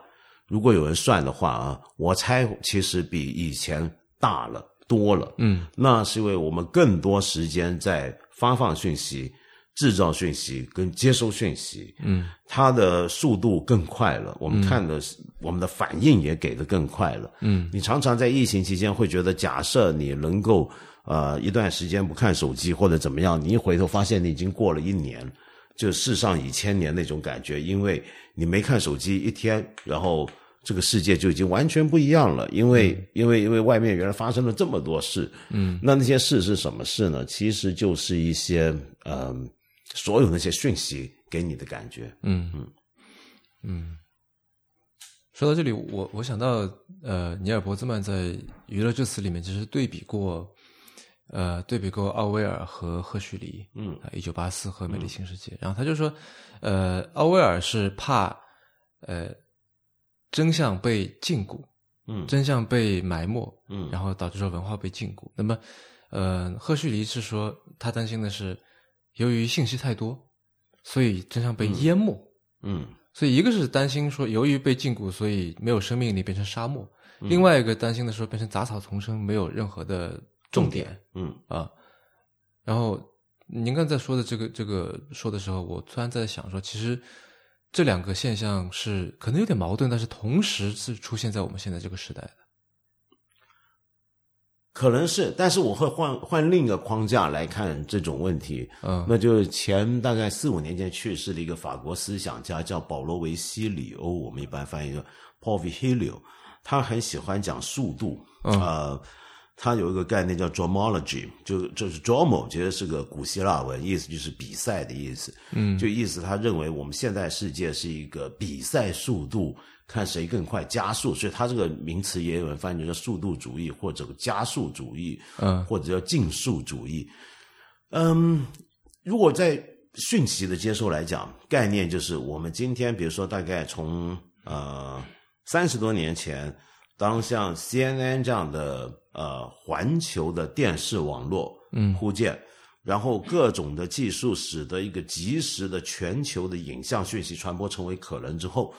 [SPEAKER 3] 如果有人算的话啊，我猜其实比以前大了多了。
[SPEAKER 2] 嗯，
[SPEAKER 3] 那是因为我们更多时间在发放讯息、制造讯息跟接收讯息，
[SPEAKER 2] 嗯，
[SPEAKER 3] 它的速度更快了，我们看的、我们的反应也给的更快了。
[SPEAKER 2] 嗯，
[SPEAKER 3] 你常常在疫情期间会觉得，假设你能够呃一段时间不看手机或者怎么样，你一回头发现你已经过了一年。就世上已千年那种感觉，因为你没看手机一天，然后这个世界就已经完全不一样了。因为、因为因为外面原来发生了这么多事，嗯，那那些事是什么事呢？其实就是一些嗯、所有那些讯息给你的感觉，
[SPEAKER 2] 嗯嗯嗯。说到这里，我我想到，呃，尼尔伯兹曼在《娱乐至死》里面其实对比过，呃，对比过奥威尔和赫胥黎，
[SPEAKER 3] 嗯
[SPEAKER 2] 啊，《一九八四》和《美丽新世界》然后他就说，呃，奥威尔是怕，呃，真相被禁锢，
[SPEAKER 3] 嗯
[SPEAKER 2] 真相被埋没，
[SPEAKER 3] 嗯
[SPEAKER 2] 然后导致说文化被禁锢。那么，呃，赫胥黎是说他担心的是，由于信息太多，所以真相被淹没。
[SPEAKER 3] 嗯
[SPEAKER 2] 所以一个是担心说，由于被禁锢，所以没有生命力变成沙漠；另外一个担心的说，变成杂草丛生，没有任何的重点
[SPEAKER 3] 嗯
[SPEAKER 2] 啊。然后您刚才说的这个这个说的时候，我突然在想说，其实这两个现象是可能有点矛盾，但是同时是出现在我们现在这个时代的。
[SPEAKER 3] 可能是，但是我会换换另一个框架来看这种问题。
[SPEAKER 2] 嗯
[SPEAKER 3] 那就是前大概四五年前去世的一个法国思想家叫保罗·维西里欧，我们一般翻译叫 Paul Vigilio，他很喜欢讲速度。
[SPEAKER 2] 嗯
[SPEAKER 3] 呃，他有一个概念叫 dromology，就就是 dromo，其实是个古希腊文，意思就是比赛的意思。
[SPEAKER 2] 嗯
[SPEAKER 3] 就意思他认为我们现代世界是一个比赛速度，看谁更快加速，所以他这个名词也有人翻译叫速度主义或者加速主义，
[SPEAKER 2] 嗯
[SPEAKER 3] 或者叫竞速主义。嗯，如果在讯息的接收来讲，概念就是我们今天，比如说大概从呃三十多年前，当像 CNN 这样的呃环球的电视网络
[SPEAKER 2] 嗯
[SPEAKER 3] 铺建，然后各种的技术使得一个及时的全球的影像讯息传播成为可能之后，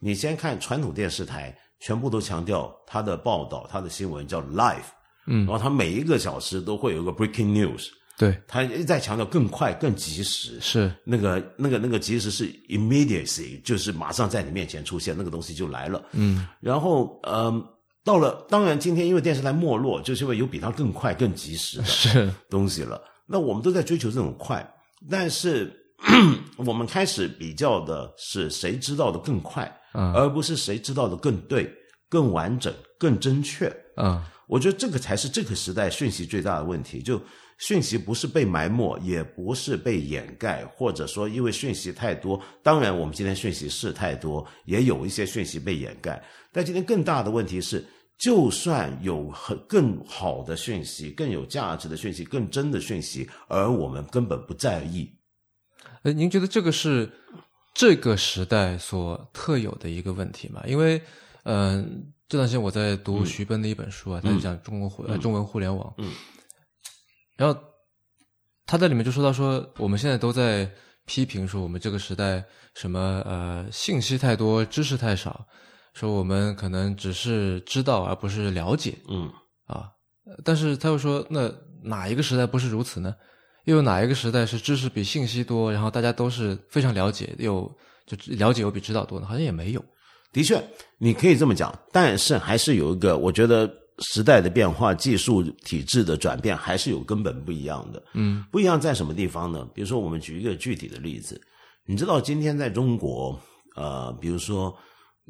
[SPEAKER 3] 你先看传统电视台，全部都强调它的报道、它的新闻叫 live，
[SPEAKER 2] 嗯
[SPEAKER 3] 然，后它每一个小时都会有一个 breaking news。
[SPEAKER 2] 对，
[SPEAKER 3] 他一再强调更快、更及时。
[SPEAKER 2] 是
[SPEAKER 3] 那个、那个、那个，其实是 immediacy，就是马上在你面前出现，那个东西就来了。
[SPEAKER 2] 嗯，
[SPEAKER 3] 然后，嗯，到了，当然今天因为电视台没落，就是因为有比它更快、更及时的
[SPEAKER 2] 是
[SPEAKER 3] 东西了。那我们都在追求这种快，但是 我们开始比较的是谁知道的更快，
[SPEAKER 2] 嗯
[SPEAKER 3] 而不是谁知道的更对、更完整、更正确。
[SPEAKER 2] 啊
[SPEAKER 3] 我觉得这个才是这个时代讯息最大的问题。就讯息不是被埋没，也不是被掩盖，或者说因为讯息太多，当然我们今天讯息是太多，也有一些讯息被掩盖，但今天更大的问题是。就算有很更好的讯息、更有价值的讯息、更真的讯息，而我们根本不在意。
[SPEAKER 2] 呃，您觉得这个是这个时代所特有的一个问题吗？因为，嗯、呃，这段时间我在读徐奔的一本书啊，他、
[SPEAKER 3] 嗯
[SPEAKER 2] 就讲中国互、呃、中文互联网，
[SPEAKER 3] 嗯，
[SPEAKER 2] 然后他在里面就说到说，我们现在都在批评说我们这个时代什么呃信息太多，知识太少，说我们可能只是知道而不是了解，
[SPEAKER 3] 嗯
[SPEAKER 2] 啊，呃但是他又说，那哪一个时代不是如此呢？又有哪一个时代是知识比信息多，然后大家都是非常了解，又就知了解又比知道多呢？好像也没有。
[SPEAKER 3] 的确，你可以这么讲，但是还是有一个，我觉得时代的变化、技术体制的转变，还是有根本不一样的。
[SPEAKER 2] 嗯
[SPEAKER 3] 不一样在什么地方呢？比如说，我们举一个具体的例子，你知道今天在中国，呃，比如说，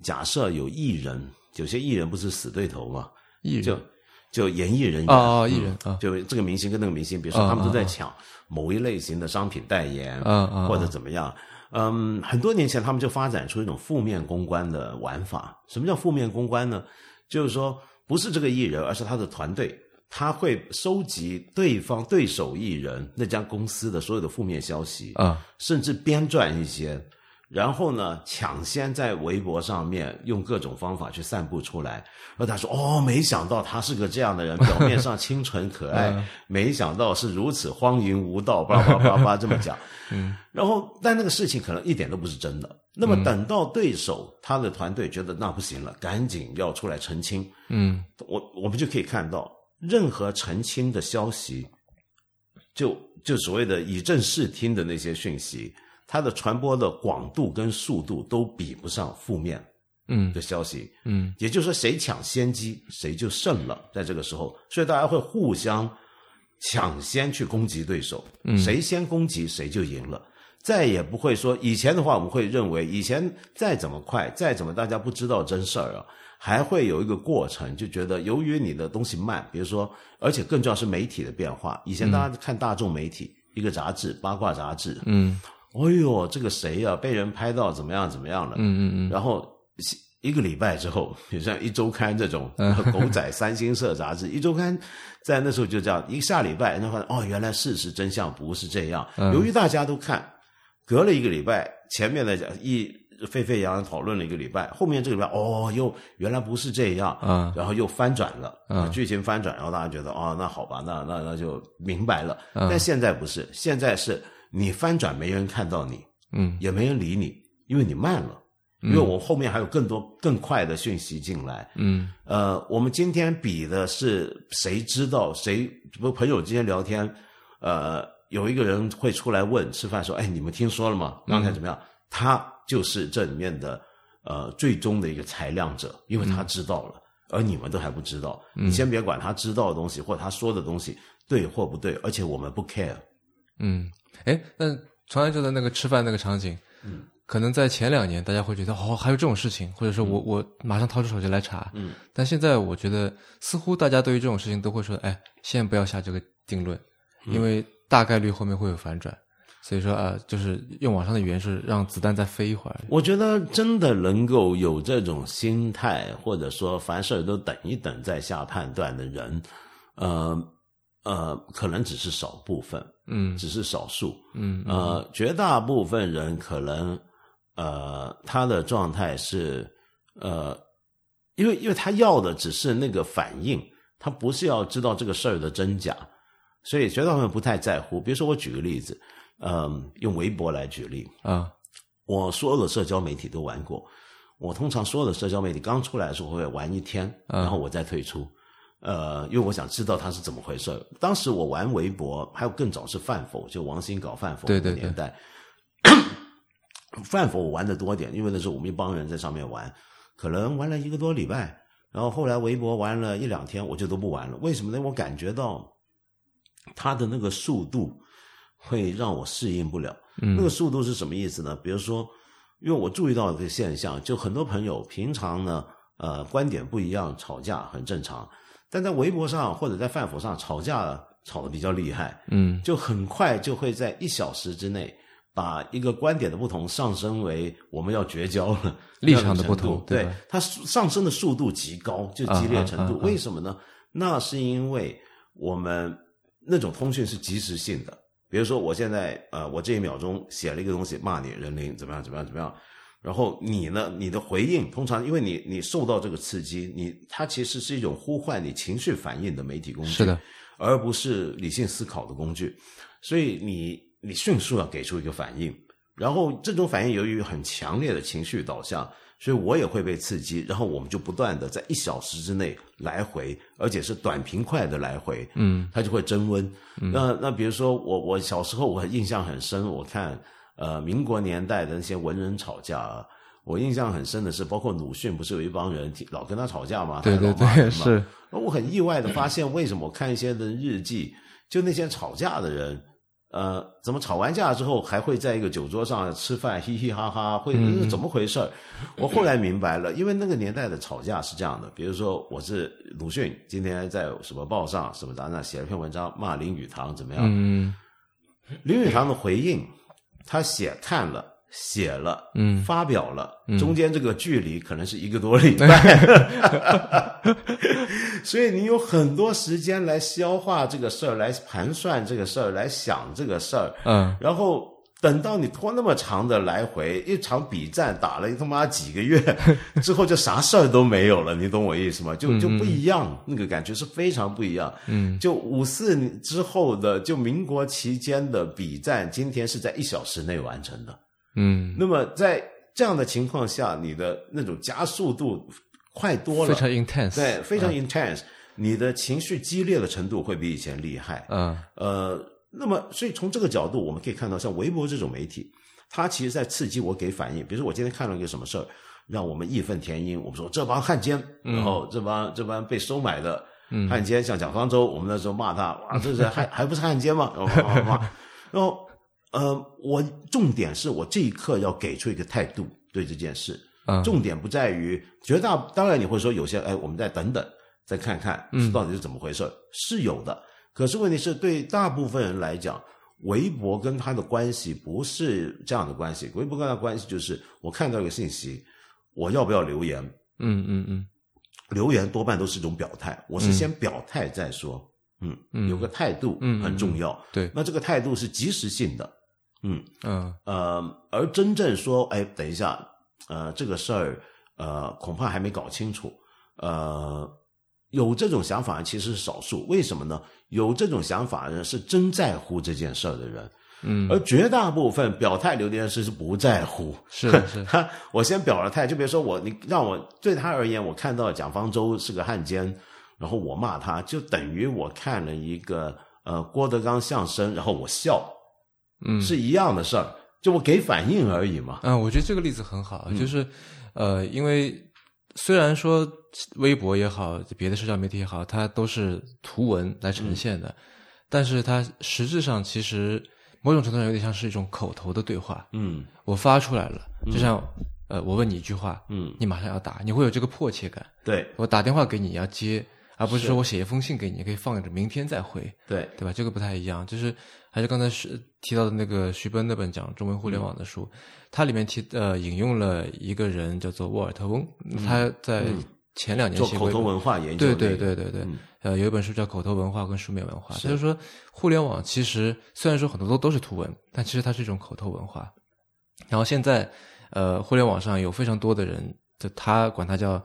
[SPEAKER 3] 假设有艺人，有些艺人不是死对头嘛，
[SPEAKER 2] 艺人
[SPEAKER 3] 就就演艺人员
[SPEAKER 2] 哦哦艺
[SPEAKER 3] 嗯
[SPEAKER 2] 人啊
[SPEAKER 3] 就这个明星跟那个明星，比如说
[SPEAKER 2] 啊
[SPEAKER 3] 他们都
[SPEAKER 2] 啊
[SPEAKER 3] 在
[SPEAKER 2] 啊
[SPEAKER 3] 抢某一类型的商品代言，
[SPEAKER 2] 啊啊
[SPEAKER 3] 或者怎么样。嗯，很多年前他们就发展出一种负面公关的玩法。什么叫负面公关呢？就是说不是这个艺人，而是他的团队，他会收集对方对手艺人那家公司的所有的负面消息
[SPEAKER 2] 啊，
[SPEAKER 3] 甚至编撰一些，然后呢，抢先在微博上面用各种方法去散布出来。然后他说：“哦，没想到他是个这样的人，表面上清纯可爱，没想到是如此荒淫无道，叭叭叭叭这么讲。”嗯，然后但那个事情可能一点都不是真的。那么等到对手他的团队觉得那不行了，赶紧要出来澄清，
[SPEAKER 2] 嗯
[SPEAKER 3] 我我们就可以看到，任何澄清的消息，就就所谓的以正视听的那些讯息，它的传播的广度跟速度都比不上负面
[SPEAKER 2] 嗯
[SPEAKER 3] 的消息。
[SPEAKER 2] 嗯
[SPEAKER 3] 也就是说，谁抢先机，谁就胜了。在这个时候，所以大家会互相抢先去攻击对手，谁先攻击谁就赢了。再也不会说以前的话，我们会认为以前再怎么快，再怎么大家不知道真事儿啊，还会有一个过程，就觉得由于你的东西慢，比如说，而且更重要是媒体的变化。以前大家看大众媒体，一个杂志，八卦杂志，
[SPEAKER 2] 嗯
[SPEAKER 3] 哎呦，这个谁呀、被人拍到怎么样怎么样了？
[SPEAKER 2] 嗯嗯
[SPEAKER 3] 然后一个礼拜之后， 比如像《一周刊》这种
[SPEAKER 2] 嗯
[SPEAKER 3] 狗仔三星社杂志，《一周刊》在那时候就这样，一下礼拜人家发现哦，原来事实真相不是这样。
[SPEAKER 2] 嗯
[SPEAKER 3] 由于大家都看，隔了一个礼拜，前面的一沸沸扬扬讨论了一个礼拜，后面这个礼拜哦，又原来不是这样，
[SPEAKER 2] 嗯
[SPEAKER 3] 然后又翻转了，啊
[SPEAKER 2] 嗯
[SPEAKER 3] 剧情翻转，然后大家觉得哦，那好吧，那那那就明白了。
[SPEAKER 2] 嗯
[SPEAKER 3] 但现在不是，现在是你翻转没人看到你，
[SPEAKER 2] 嗯
[SPEAKER 3] 也没人理你，因为你慢了，因为我后面还有更多更快的讯息进来。
[SPEAKER 2] 嗯
[SPEAKER 3] 呃，我们今天比的是谁知道谁，不朋友之间聊天，呃，有一个人会出来问吃饭说，哎，你们听说了吗？刚才怎么样？他就是这里面的呃最终的一个裁量者，因为他知道了，而你们都还不知道。你先别管他知道的东西或他说的东西对或不对，而且我们不 care。
[SPEAKER 2] 嗯。哎，那长安就在那个吃饭那个场景，嗯，可能在前两年大家会觉得哦，还有这种事情，或者说我、我马上掏出手机来查，
[SPEAKER 3] 嗯，
[SPEAKER 2] 但现在我觉得，似乎大家对于这种事情都会说：“哎，先不要下这个定论，
[SPEAKER 3] 嗯
[SPEAKER 2] 因为大概率后面会有反转。”所以说啊、呃就是用网上的语言是让子弹再飞一会儿。
[SPEAKER 3] 我觉得真的能够有这种心态，或者说凡事都等一等再下判断的人，呃呃，可能只是少部分，
[SPEAKER 2] 嗯
[SPEAKER 3] 只是少数。
[SPEAKER 2] 嗯
[SPEAKER 3] 呃，绝大部分人可能呃，他的状态是呃，因为因为他要的只是那个反应，他不是要知道这个事儿的真假，所以绝大部分不太在乎。比如说，我举个例子，嗯、用微博来举例，
[SPEAKER 2] 啊
[SPEAKER 3] 我所有的社交媒体都玩过。我通常所有的社交媒体刚出来的时候会玩一天，
[SPEAKER 2] 嗯
[SPEAKER 3] 然后我再退出。呃，因为我想知道它是怎么回事儿。当时我玩微博，还有更早是饭否，就王兴搞饭否
[SPEAKER 2] 对
[SPEAKER 3] 那个
[SPEAKER 2] 对对
[SPEAKER 3] 年代。饭否我玩的多点，因为那时候我们一帮人在上面玩，可能玩了一个多礼拜，然后后来微博玩了一两天，我就都不玩了。为什么呢？我感觉到它的那个速度会让我适应不了。
[SPEAKER 2] 嗯
[SPEAKER 3] 那个速度是什么意思呢？比如说，因为我注意到一个现象，就很多朋友平常呢，呃，观点不一样，吵架很正常，但在微博上或者在饭否上吵架吵得比较厉害，
[SPEAKER 2] 嗯
[SPEAKER 3] 就很快就会在一小时之内。把一个观点的不同上升为我们要绝交了，
[SPEAKER 2] 立场的不
[SPEAKER 3] 那种程
[SPEAKER 2] 同
[SPEAKER 3] 度
[SPEAKER 2] 对
[SPEAKER 3] 对
[SPEAKER 2] 吧
[SPEAKER 3] 它上升的速度极高，就激烈程度。
[SPEAKER 2] 啊啊啊啊
[SPEAKER 3] 为什么呢？那是因为我们那种通讯是即时性的。比如说，我现在呃，我这一秒钟写了一个东西，骂你人林怎么样怎么样怎么样，然后你呢，你的回应通常因为你你受到这个刺激，你它其实是一种呼唤你情绪反应的媒体工具，
[SPEAKER 2] 是的，
[SPEAKER 3] 而不是理性思考的工具。所以你你迅速要给出一个反应，然后这种反应由于很强烈的情绪导向，所以我也会被刺激，然后我们就不断的在一小时之内来回，而且是短平快的来回，
[SPEAKER 2] 嗯
[SPEAKER 3] 它就会增温。那那比如说我我小时候我印象很深，我看呃民国年代的那些文人吵架啊。我印象很深的是，包括鲁迅不是有一帮人老跟他吵架吗？
[SPEAKER 2] 对
[SPEAKER 3] 他
[SPEAKER 2] 对
[SPEAKER 3] 也啊老骂人
[SPEAKER 2] 对，
[SPEAKER 3] 嘛
[SPEAKER 2] 是，
[SPEAKER 3] 而我很意外的发现，为什么我看一些人日记，就那些吵架的人，呃，怎么吵完架之后还会在一个酒桌上吃饭，嘻嘻哈哈，会这是怎么回事儿？我后来明白了，因为那个年代的吵架是这样的，比如说我是鲁迅，今天在什么报上什么杂志上写了篇文章骂林语堂怎么样？
[SPEAKER 2] 嗯
[SPEAKER 3] 林语堂的回应，他写看了。写了，
[SPEAKER 2] 嗯
[SPEAKER 3] 发表了，中间这个距离可能是一个多礼 拜，所以你有很多时间来消化这个事儿，来盘算这个事儿，来想这个事儿，
[SPEAKER 2] 嗯，
[SPEAKER 3] 然后等到你拖那么长的来回，一场比战打了他妈几个月之后，就啥事儿都没有了，你懂我意思吗？就就不一样，那个感觉是非常不一样。嗯，就五四之后的，就民国期间的比战，今天是在一小时内完成的。
[SPEAKER 2] 嗯，
[SPEAKER 3] 那么在这样的情况下，你的那种加速度快多
[SPEAKER 2] 非
[SPEAKER 3] 了，
[SPEAKER 2] 常 intense，嗯
[SPEAKER 3] 对，非常 intense，、你的情绪激烈的程度会比以前厉害。
[SPEAKER 2] 嗯
[SPEAKER 3] 呃，那么所以从这个角度，我们可以看到，像微博这种媒体，它其实在刺激我给反应。比如说，我今天看到一个什么事儿，让我们义愤填膺，我们说这帮汉奸，
[SPEAKER 2] 嗯
[SPEAKER 3] 然后这帮这帮被收买的汉奸，像蒋方舟，我们那时候骂他，哇，这是还还不是汉奸吗？然后骂骂骂骂，然后呃，我重点是我这一刻要给出一个态度对这件事。
[SPEAKER 2] 嗯
[SPEAKER 3] 重点不在于绝大，当然你会说有些，哎，我们再等等，再看看是到底是怎么回事，是有的。可是问题是对大部分人来讲，微博跟他的关系不是这样的关系。微博跟他的关系就是我看到一个信息，我要不要留言？
[SPEAKER 2] 嗯嗯嗯
[SPEAKER 3] 留言多半都是一种表态，我是先表态再说，嗯，
[SPEAKER 2] 嗯
[SPEAKER 3] 有个态度
[SPEAKER 2] 嗯
[SPEAKER 3] 很重要。
[SPEAKER 2] 对
[SPEAKER 3] 那这个态度是即时性的，嗯，
[SPEAKER 2] 嗯
[SPEAKER 3] 呃，而真正说，哎，等一下，呃，这个事儿，呃，恐怕还没搞清楚，呃，有这种想法其实是少数。为什么呢？有这种想法的人是真在乎这件事儿的人，
[SPEAKER 2] 嗯，
[SPEAKER 3] 而绝大部分表态留言是是不在乎。
[SPEAKER 2] 是的 是的，
[SPEAKER 3] 他，我先表了态，就比如说我，你让我对他而言，我看到蒋方舟是个汉奸，然后我骂他，就等于我看了一个呃郭德纲相声，然后我笑，
[SPEAKER 2] 嗯
[SPEAKER 3] 是一样的事儿，就我给反应而已嘛。
[SPEAKER 2] 嗯，我觉得这个例子很好，就是，呃，因为虽然说微博也好，别的社交媒体也好，它都是图文来呈现的，但是它实质上其实某种程度上有点像是一种口头的对话。
[SPEAKER 3] 嗯
[SPEAKER 2] 我发出来了，就像、呃，我问你一句话，
[SPEAKER 3] 嗯，
[SPEAKER 2] 你马上要打，你会有这个迫切感。
[SPEAKER 3] 对
[SPEAKER 2] 我打电话给你你要接，而不是说我写一封信给你，可以放着明天再回。
[SPEAKER 3] 对，
[SPEAKER 2] 对吧？这个不太一样，就是还是刚才是提到的那个徐奔那本讲中文互联
[SPEAKER 3] 嗯
[SPEAKER 2] 网的书，它里面提呃引用了一个人叫做沃尔特翁，他在前两年
[SPEAKER 3] 嗯做
[SPEAKER 2] 写过
[SPEAKER 3] 口
[SPEAKER 2] 一
[SPEAKER 3] 头
[SPEAKER 2] 本
[SPEAKER 3] 文化研究、
[SPEAKER 2] 对对，对对对，呃，有一本书叫《口头文化跟书面文化》，
[SPEAKER 3] 嗯是
[SPEAKER 2] 他就说互联网其实虽然说很多都都是图文，但其实它是一种口头文化。然后现在，呃，互联网上有非常多的人，就他管它叫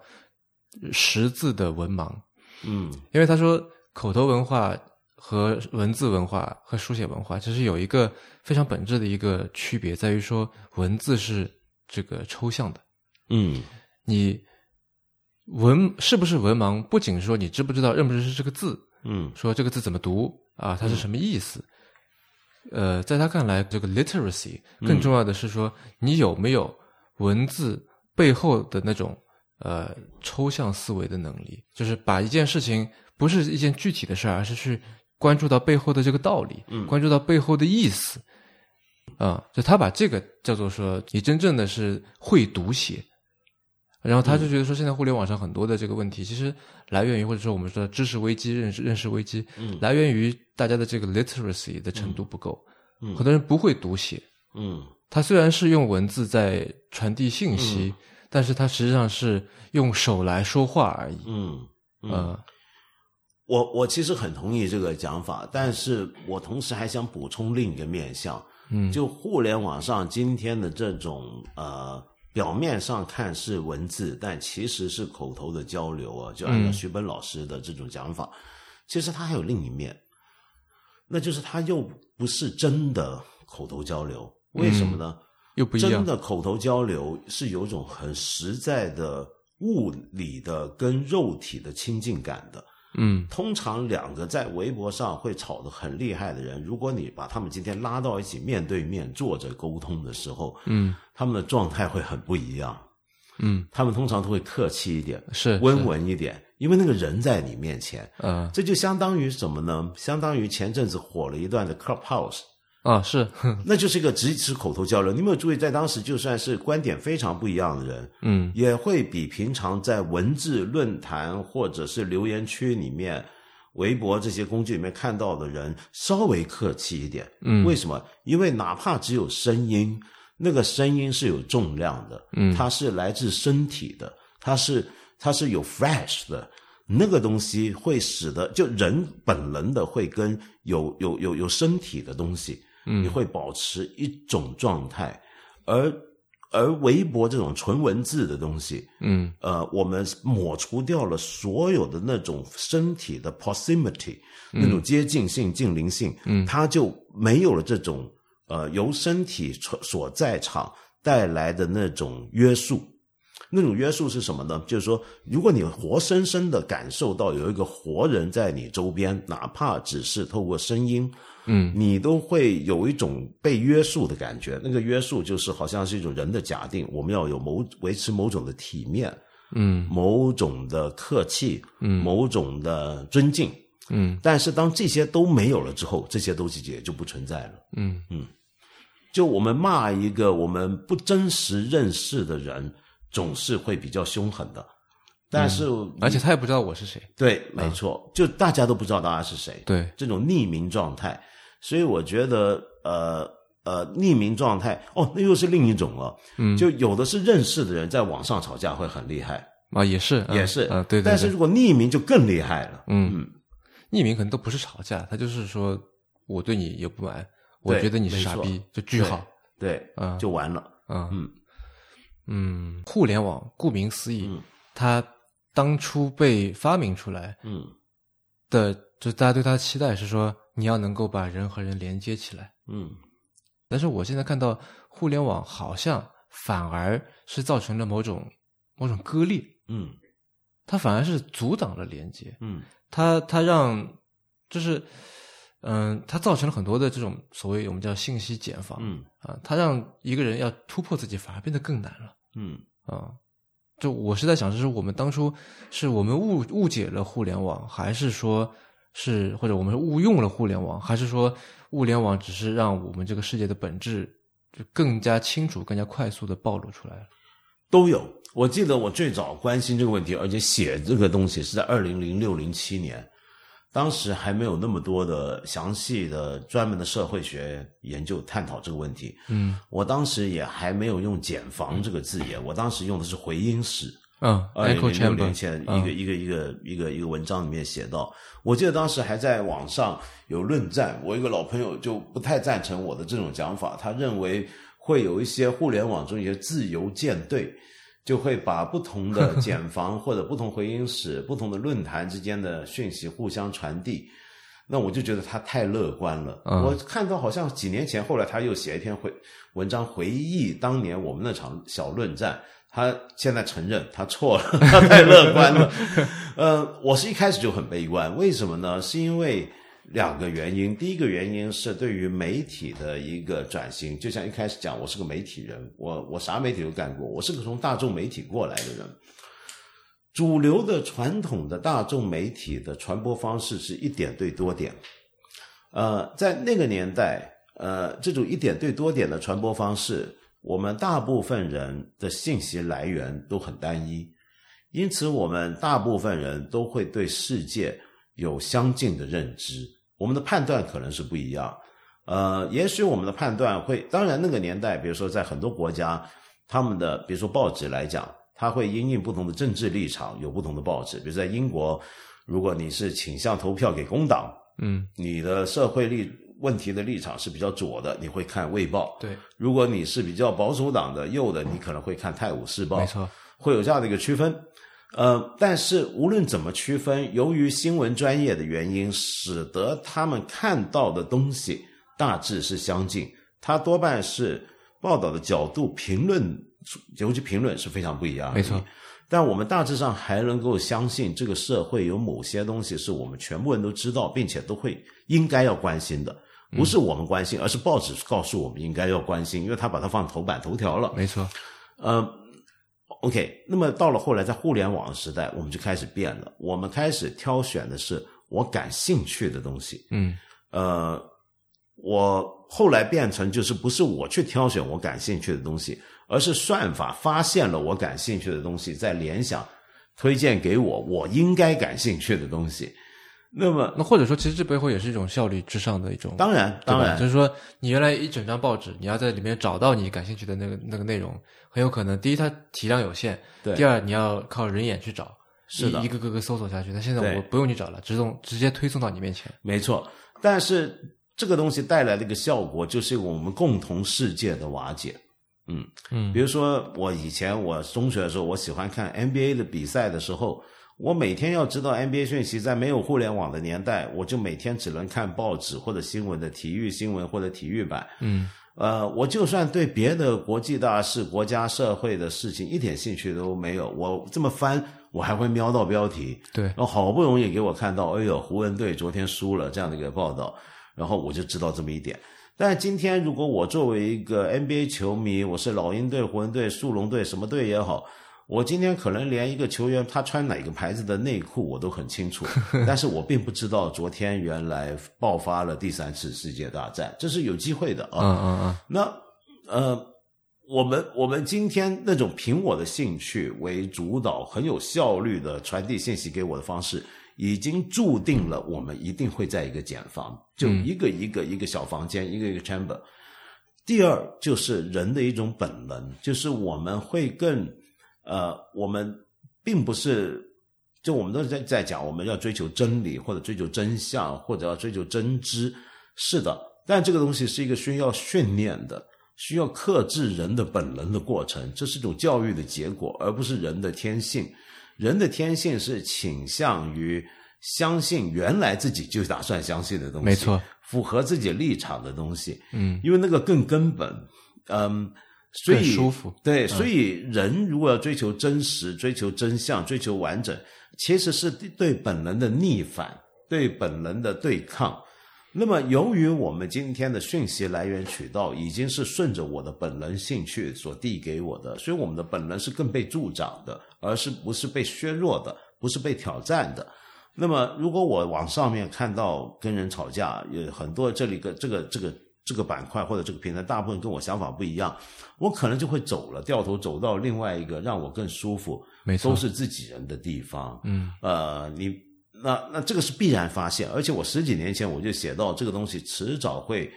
[SPEAKER 2] 识字的文盲，
[SPEAKER 3] 嗯
[SPEAKER 2] 因为他说口头文化和文字文化和书写文化，其实有一个非常本质的一个区别，在于说文字是这个抽象的，
[SPEAKER 3] 嗯
[SPEAKER 2] 你文是不是文盲，不仅说你知不知道认不认识这个字，
[SPEAKER 3] 嗯
[SPEAKER 2] 说这个字怎么读啊，它是什么意思。呃，在他看来，这个 literacy 更重要的是说，你有没有文字背后的那种呃抽象思维的能力，就是把一件事情不是一件具体的事儿，而是去关注到背后的这个道理，
[SPEAKER 3] 嗯
[SPEAKER 2] 关注到背后的意思。啊、就他把这个叫做说，你真正的是会读写，然后他就觉得说，现在互联网上很多的这个问题，其实来源于或者说我们说知识危机、认识认识危机，
[SPEAKER 3] 嗯
[SPEAKER 2] 来源于大家的这个 literacy 的程度不够，很多人不会读写。
[SPEAKER 3] 嗯
[SPEAKER 2] 他虽然是用文字在传递信
[SPEAKER 3] 嗯
[SPEAKER 2] 息，但是他实际上是用手来说话而已。
[SPEAKER 3] 嗯嗯
[SPEAKER 2] 呃，
[SPEAKER 3] 我我其实很同意这个讲法，但是我同时还想补充另一个面向，
[SPEAKER 2] 嗯
[SPEAKER 3] 就互联网上今天的这种呃，表面上看是文字，但其实是口头的交流啊，就按照
[SPEAKER 2] 嗯
[SPEAKER 3] 徐奔老师的这种讲法，其实它还有另一面，那就是它又不是真的口头交流，为什么呢？
[SPEAKER 2] 又嗯不一
[SPEAKER 3] 真
[SPEAKER 2] 样。
[SPEAKER 3] 的口头交流是有种很实在的物理的跟肉体的亲近感的。
[SPEAKER 2] 嗯
[SPEAKER 3] 通常两个在微博上会吵得很厉害的人，如果你把他们今天拉到一起面对面坐着沟通的时候，
[SPEAKER 2] 嗯
[SPEAKER 3] 他们的状态会很不一样。
[SPEAKER 2] 嗯，
[SPEAKER 3] 他们通常都会客气一点，
[SPEAKER 2] 是
[SPEAKER 3] 温文一点，因为那个人在你面前。
[SPEAKER 2] 呃
[SPEAKER 3] 这就相当于什么呢？相当于前阵子火了一段的 Clubhouse，
[SPEAKER 2] 啊是，
[SPEAKER 3] 那就是一个只是口头交流。你有没有注意，在当时就算是观点非常不一样的人，
[SPEAKER 2] 嗯
[SPEAKER 3] 也会比平常在文字论坛或者是留言区里面、微博这些工具里面看到的人稍微客气一点。
[SPEAKER 2] 嗯
[SPEAKER 3] 为什么？因为哪怕只有声音，那个声音是有重量的，
[SPEAKER 2] 嗯
[SPEAKER 3] 它是来自身体的，它是它是有 fresh 的。那个东西会使得就人本能的会跟有有有有身体的东西，你会保持一种状态，而而微博这种纯文字的东西，
[SPEAKER 2] 嗯
[SPEAKER 3] 呃，我们抹除掉了所有的那种身体的 proximity，、那种接近性、近邻性，嗯，它就没有了这种呃由身体所所在场带来的那种约束。那种约束是什么呢？就是说，如果你活生生的感受到有一个活人在你周边，哪怕只是透过声音，
[SPEAKER 2] 嗯
[SPEAKER 3] 你都会有一种被约束的感觉。那个约束就是好像是一种人的假定，我们要有某维持某种的体面，
[SPEAKER 2] 嗯
[SPEAKER 3] 某种的客气，
[SPEAKER 2] 嗯
[SPEAKER 3] 某种的尊敬。
[SPEAKER 2] 嗯
[SPEAKER 3] 但是当这些都没有了之后，这些东西也就不存在了。
[SPEAKER 2] 嗯
[SPEAKER 3] 就我们骂一个我们不真实认识的人，总是会比较凶狠的。但是，
[SPEAKER 2] 嗯
[SPEAKER 3] 嗯
[SPEAKER 2] 而且他也不知道我是谁。
[SPEAKER 3] 对，没错，就大家都不知道大家是谁。
[SPEAKER 2] 对，
[SPEAKER 3] 这种匿名状态，所以我觉得呃呃，匿名状态哦，那又是另一种了。嗯，就有的是认识的人在网上吵架会很厉害，
[SPEAKER 2] 啊也是
[SPEAKER 3] 也是，
[SPEAKER 2] 啊对对对，
[SPEAKER 3] 但是如果匿名就更厉害了。
[SPEAKER 2] 嗯，匿名可能都不是吵架，他就是说我对你有不满，我
[SPEAKER 3] 对
[SPEAKER 2] 觉得你是
[SPEAKER 3] 没
[SPEAKER 2] 傻
[SPEAKER 3] 错
[SPEAKER 2] 逼，就句
[SPEAKER 3] 对
[SPEAKER 2] 号。
[SPEAKER 3] 对，
[SPEAKER 2] 啊
[SPEAKER 3] 就完了。
[SPEAKER 2] 啊，
[SPEAKER 3] 嗯
[SPEAKER 2] 嗯，互联网顾名思义，
[SPEAKER 3] 嗯
[SPEAKER 2] 它当初被发明出来
[SPEAKER 3] 嗯
[SPEAKER 2] 的，就大家对它的期待是说你要能够把人和人连接起来。
[SPEAKER 3] 嗯
[SPEAKER 2] 但是我现在看到互联网好像反而是造成了某种某种割裂，
[SPEAKER 3] 嗯
[SPEAKER 2] 它反而是阻挡了连接，
[SPEAKER 3] 嗯
[SPEAKER 2] 它它让就是嗯、它造成了很多的这种所谓我们叫信息茧房，
[SPEAKER 3] 嗯
[SPEAKER 2] 啊，它让一个人要突破自己反而变得更难了。
[SPEAKER 3] 嗯
[SPEAKER 2] 啊，就我是在想，就是我们当初是我们误误解了互联网，还是说是或者我们误用了互联网，还是说物联网只是让我们这个世界的本质就更加清楚、更加快速的暴露出来了？
[SPEAKER 3] 都有。我记得我最早关心这个问题，而且写这个东西是在二零零六零七年，当时还没有那么多的详细的专门的社会学研究探讨这个问题。
[SPEAKER 2] 嗯
[SPEAKER 3] 我当时也还没有用“茧房”这个字眼，我当时用的是回音室。
[SPEAKER 2] 嗯
[SPEAKER 3] 二零
[SPEAKER 2] ，echo
[SPEAKER 3] 零六年前
[SPEAKER 2] chamber，
[SPEAKER 3] 一个
[SPEAKER 2] 嗯
[SPEAKER 3] 一个一个一个一个文章里面写到，我记得当时还在网上有论战，我一个老朋友就不太赞成我的这种讲法，他认为会有一些互联网中一些自由舰队，就会把不同 的茧房或者不同回音室、不同的论坛之间的讯息互相传递。那我就觉得他太乐观了。
[SPEAKER 2] 嗯
[SPEAKER 3] 我看到好像几年前，后来他又写一篇回文章回忆当年我们那场小论战。他现在承认 他错了，他太乐观了。 呃，我是一开始就很悲观，为什么呢？是因为两个原因。第一个原因是对于媒体的一个转型，就像一开始讲，我是个媒体人，我我啥媒体都干过，我是个从大众媒体过来的人。主流的传统的大众媒体的传播方式是一点对多点，呃，在那个年代，呃，这种一点对多点的传播方式，我们大部分人的信息来源都很单一，因此我们大部分人都会对世界有相近的认知，我们的判断可能是不一样。呃，也许我们的判断会，当然那个年代，比如说在很多国家，他们的比如说报纸来讲，它会因应不同的政治立场有不同的报纸，比如在英国，如果你是倾向投票给工党，
[SPEAKER 2] 嗯，
[SPEAKER 3] 你的社会立问题的立场是比较左的，你会看《卫报》；
[SPEAKER 2] 对，
[SPEAKER 3] 如果你是比较保守党的右的，你可能会看《泰晤士报》。
[SPEAKER 2] 没错，
[SPEAKER 3] 会有这样的一个区分。呃，但是无论怎么区分，由于新闻专业的原因，使得他们看到的东西大致是相近。它多半是报道的角度、评论，尤其评论是非常不一样的。
[SPEAKER 2] 没错，
[SPEAKER 3] 但我们大致上还能够相信，这个社会有某些东西是我们全部人都知道，并且都会应该要关心的。不是我们关心，而是报纸告诉我们应该要关心，因为它把它放头版头条了。
[SPEAKER 2] 没错，
[SPEAKER 3] 呃，OK，那么到了后来，在互联网的时代，我们就开始变了，我们开始挑选的是我感兴趣的东西。
[SPEAKER 2] 嗯，
[SPEAKER 3] 呃，我后来变成就是不是我去挑选我感兴趣的东西，而是算法发现了我感兴趣的东西，在联想推荐给我我应该感兴趣的东西。那么，
[SPEAKER 2] 那或者说，其实这背后也是一种效率至上的一种，
[SPEAKER 3] 当然，
[SPEAKER 2] 对吧
[SPEAKER 3] 当然
[SPEAKER 2] 就，是说你原来一整张报纸，你要在里面找到你感兴趣的那个那个内容，很有可能第一它体量有限，
[SPEAKER 3] 对
[SPEAKER 2] 第二你要靠人眼去找，
[SPEAKER 3] 是的
[SPEAKER 2] 一一个个个搜索下去。但现在
[SPEAKER 3] 对
[SPEAKER 2] 我不用你找了，直送直接推送到你面前。
[SPEAKER 3] 没错，但是这个东西带来的一个效果，就是我们共同世界的瓦解。
[SPEAKER 2] 嗯
[SPEAKER 3] 比如说，我以前我中学的时候，我喜欢看 NBA 的比赛的时候，我每天要知道 NBA 讯息，在没有互联网的年代，我就每天只能看报纸或者新闻的体育新闻或者体育版。
[SPEAKER 2] 嗯，
[SPEAKER 3] 呃，我就算对别的国际大事、国家社会的事情一点兴趣都没有，我这么翻，我还会瞄到标题。
[SPEAKER 2] 对
[SPEAKER 3] 然，后好不容易给我看到，哎呦，湖人队昨天输了这样的一个报道，然后我就知道这么一点。但今天如果我作为一个 NBA 球迷，我是老鹰队、湖人队、速龙队什么队也好，我今天可能连一个球员他穿哪个牌子的内裤我都很清楚，但是我并不知道昨天原来爆发了第三次世界大战，这是有机会的啊。
[SPEAKER 2] 嗯嗯嗯，
[SPEAKER 3] 那呃，我们我们今天那种凭我的兴趣为主导、很有效率的传递信息给我的方式，已经注定了我们一定会在一个茧房，就
[SPEAKER 2] 嗯
[SPEAKER 3] 一个一个一个小房间，一个一个 chamber。第二就是人的一种本能，就是我们会更呃，我们并不是。就我们都在在讲，我们要追求真理，或者追求真相，或者要追求真知，是的，但这个东西是一个需要训练的，需要克制人的本能的过程，这是一种教育的结果，而不是人的天性。人的天性是倾向于相信原来自己就打算相信的东西，
[SPEAKER 2] 没错，
[SPEAKER 3] 符合自己立场的东西，
[SPEAKER 2] 嗯，
[SPEAKER 3] 因为那个更根本，嗯，所以
[SPEAKER 2] 更舒服嗯
[SPEAKER 3] 对，所以人如果要追求真实、追求真相、追求完整，其实是对本能的逆反，对本能的对抗。那么，由于我们今天的讯息来源渠道已经是顺着我的本能兴趣所递给我的，所以我们的本能是更被助长的，而是不是被削弱的，不是被挑战的。那么，如果我往上面看到跟人吵架，有很多这里个这个这个这个板块或者这个平台，大部分跟我想法不一样，我可能就会走了，掉头走到另外一个让我更舒服，
[SPEAKER 2] 没错
[SPEAKER 3] 都是自己人的地方。
[SPEAKER 2] 嗯，
[SPEAKER 3] 呃，你那那这个是必然发现，而且我十几年前我就写到这个东西迟早会。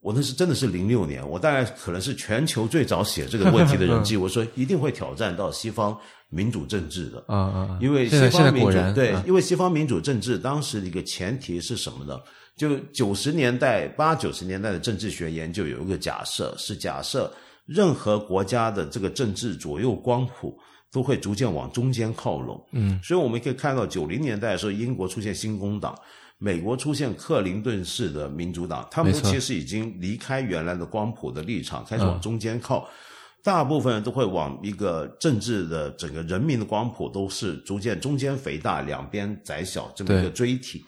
[SPEAKER 3] 我那是真的是零六年，我大概可能是全球最早写这个问题的人 之一。我说一定会挑战到西方民主政治的，
[SPEAKER 2] 啊啊，啊
[SPEAKER 3] 因为
[SPEAKER 2] 现
[SPEAKER 3] 西
[SPEAKER 2] 在现在
[SPEAKER 3] 方民
[SPEAKER 2] 果
[SPEAKER 3] 主
[SPEAKER 2] 然
[SPEAKER 3] 对，
[SPEAKER 2] 嗯
[SPEAKER 3] 因为西方民主政治当时的一个前提是什么呢？就九十年代八九十年代的政治学研究有一个假设，是假设任何国家的这个政治左右光谱都会逐渐往中间靠拢。
[SPEAKER 2] 嗯，
[SPEAKER 3] 所以我们可以看到九零年代的时候，英国出现新工党。美国出现克林顿式的民主党，他们
[SPEAKER 2] 没错
[SPEAKER 3] 其实已经离开原来的光谱的立场，开始
[SPEAKER 2] 嗯
[SPEAKER 3] 往中间靠。大部分人都会往一个政治的整个人民的光谱都是逐渐中间肥大，两边窄小这么一个
[SPEAKER 2] 对
[SPEAKER 3] 锥体。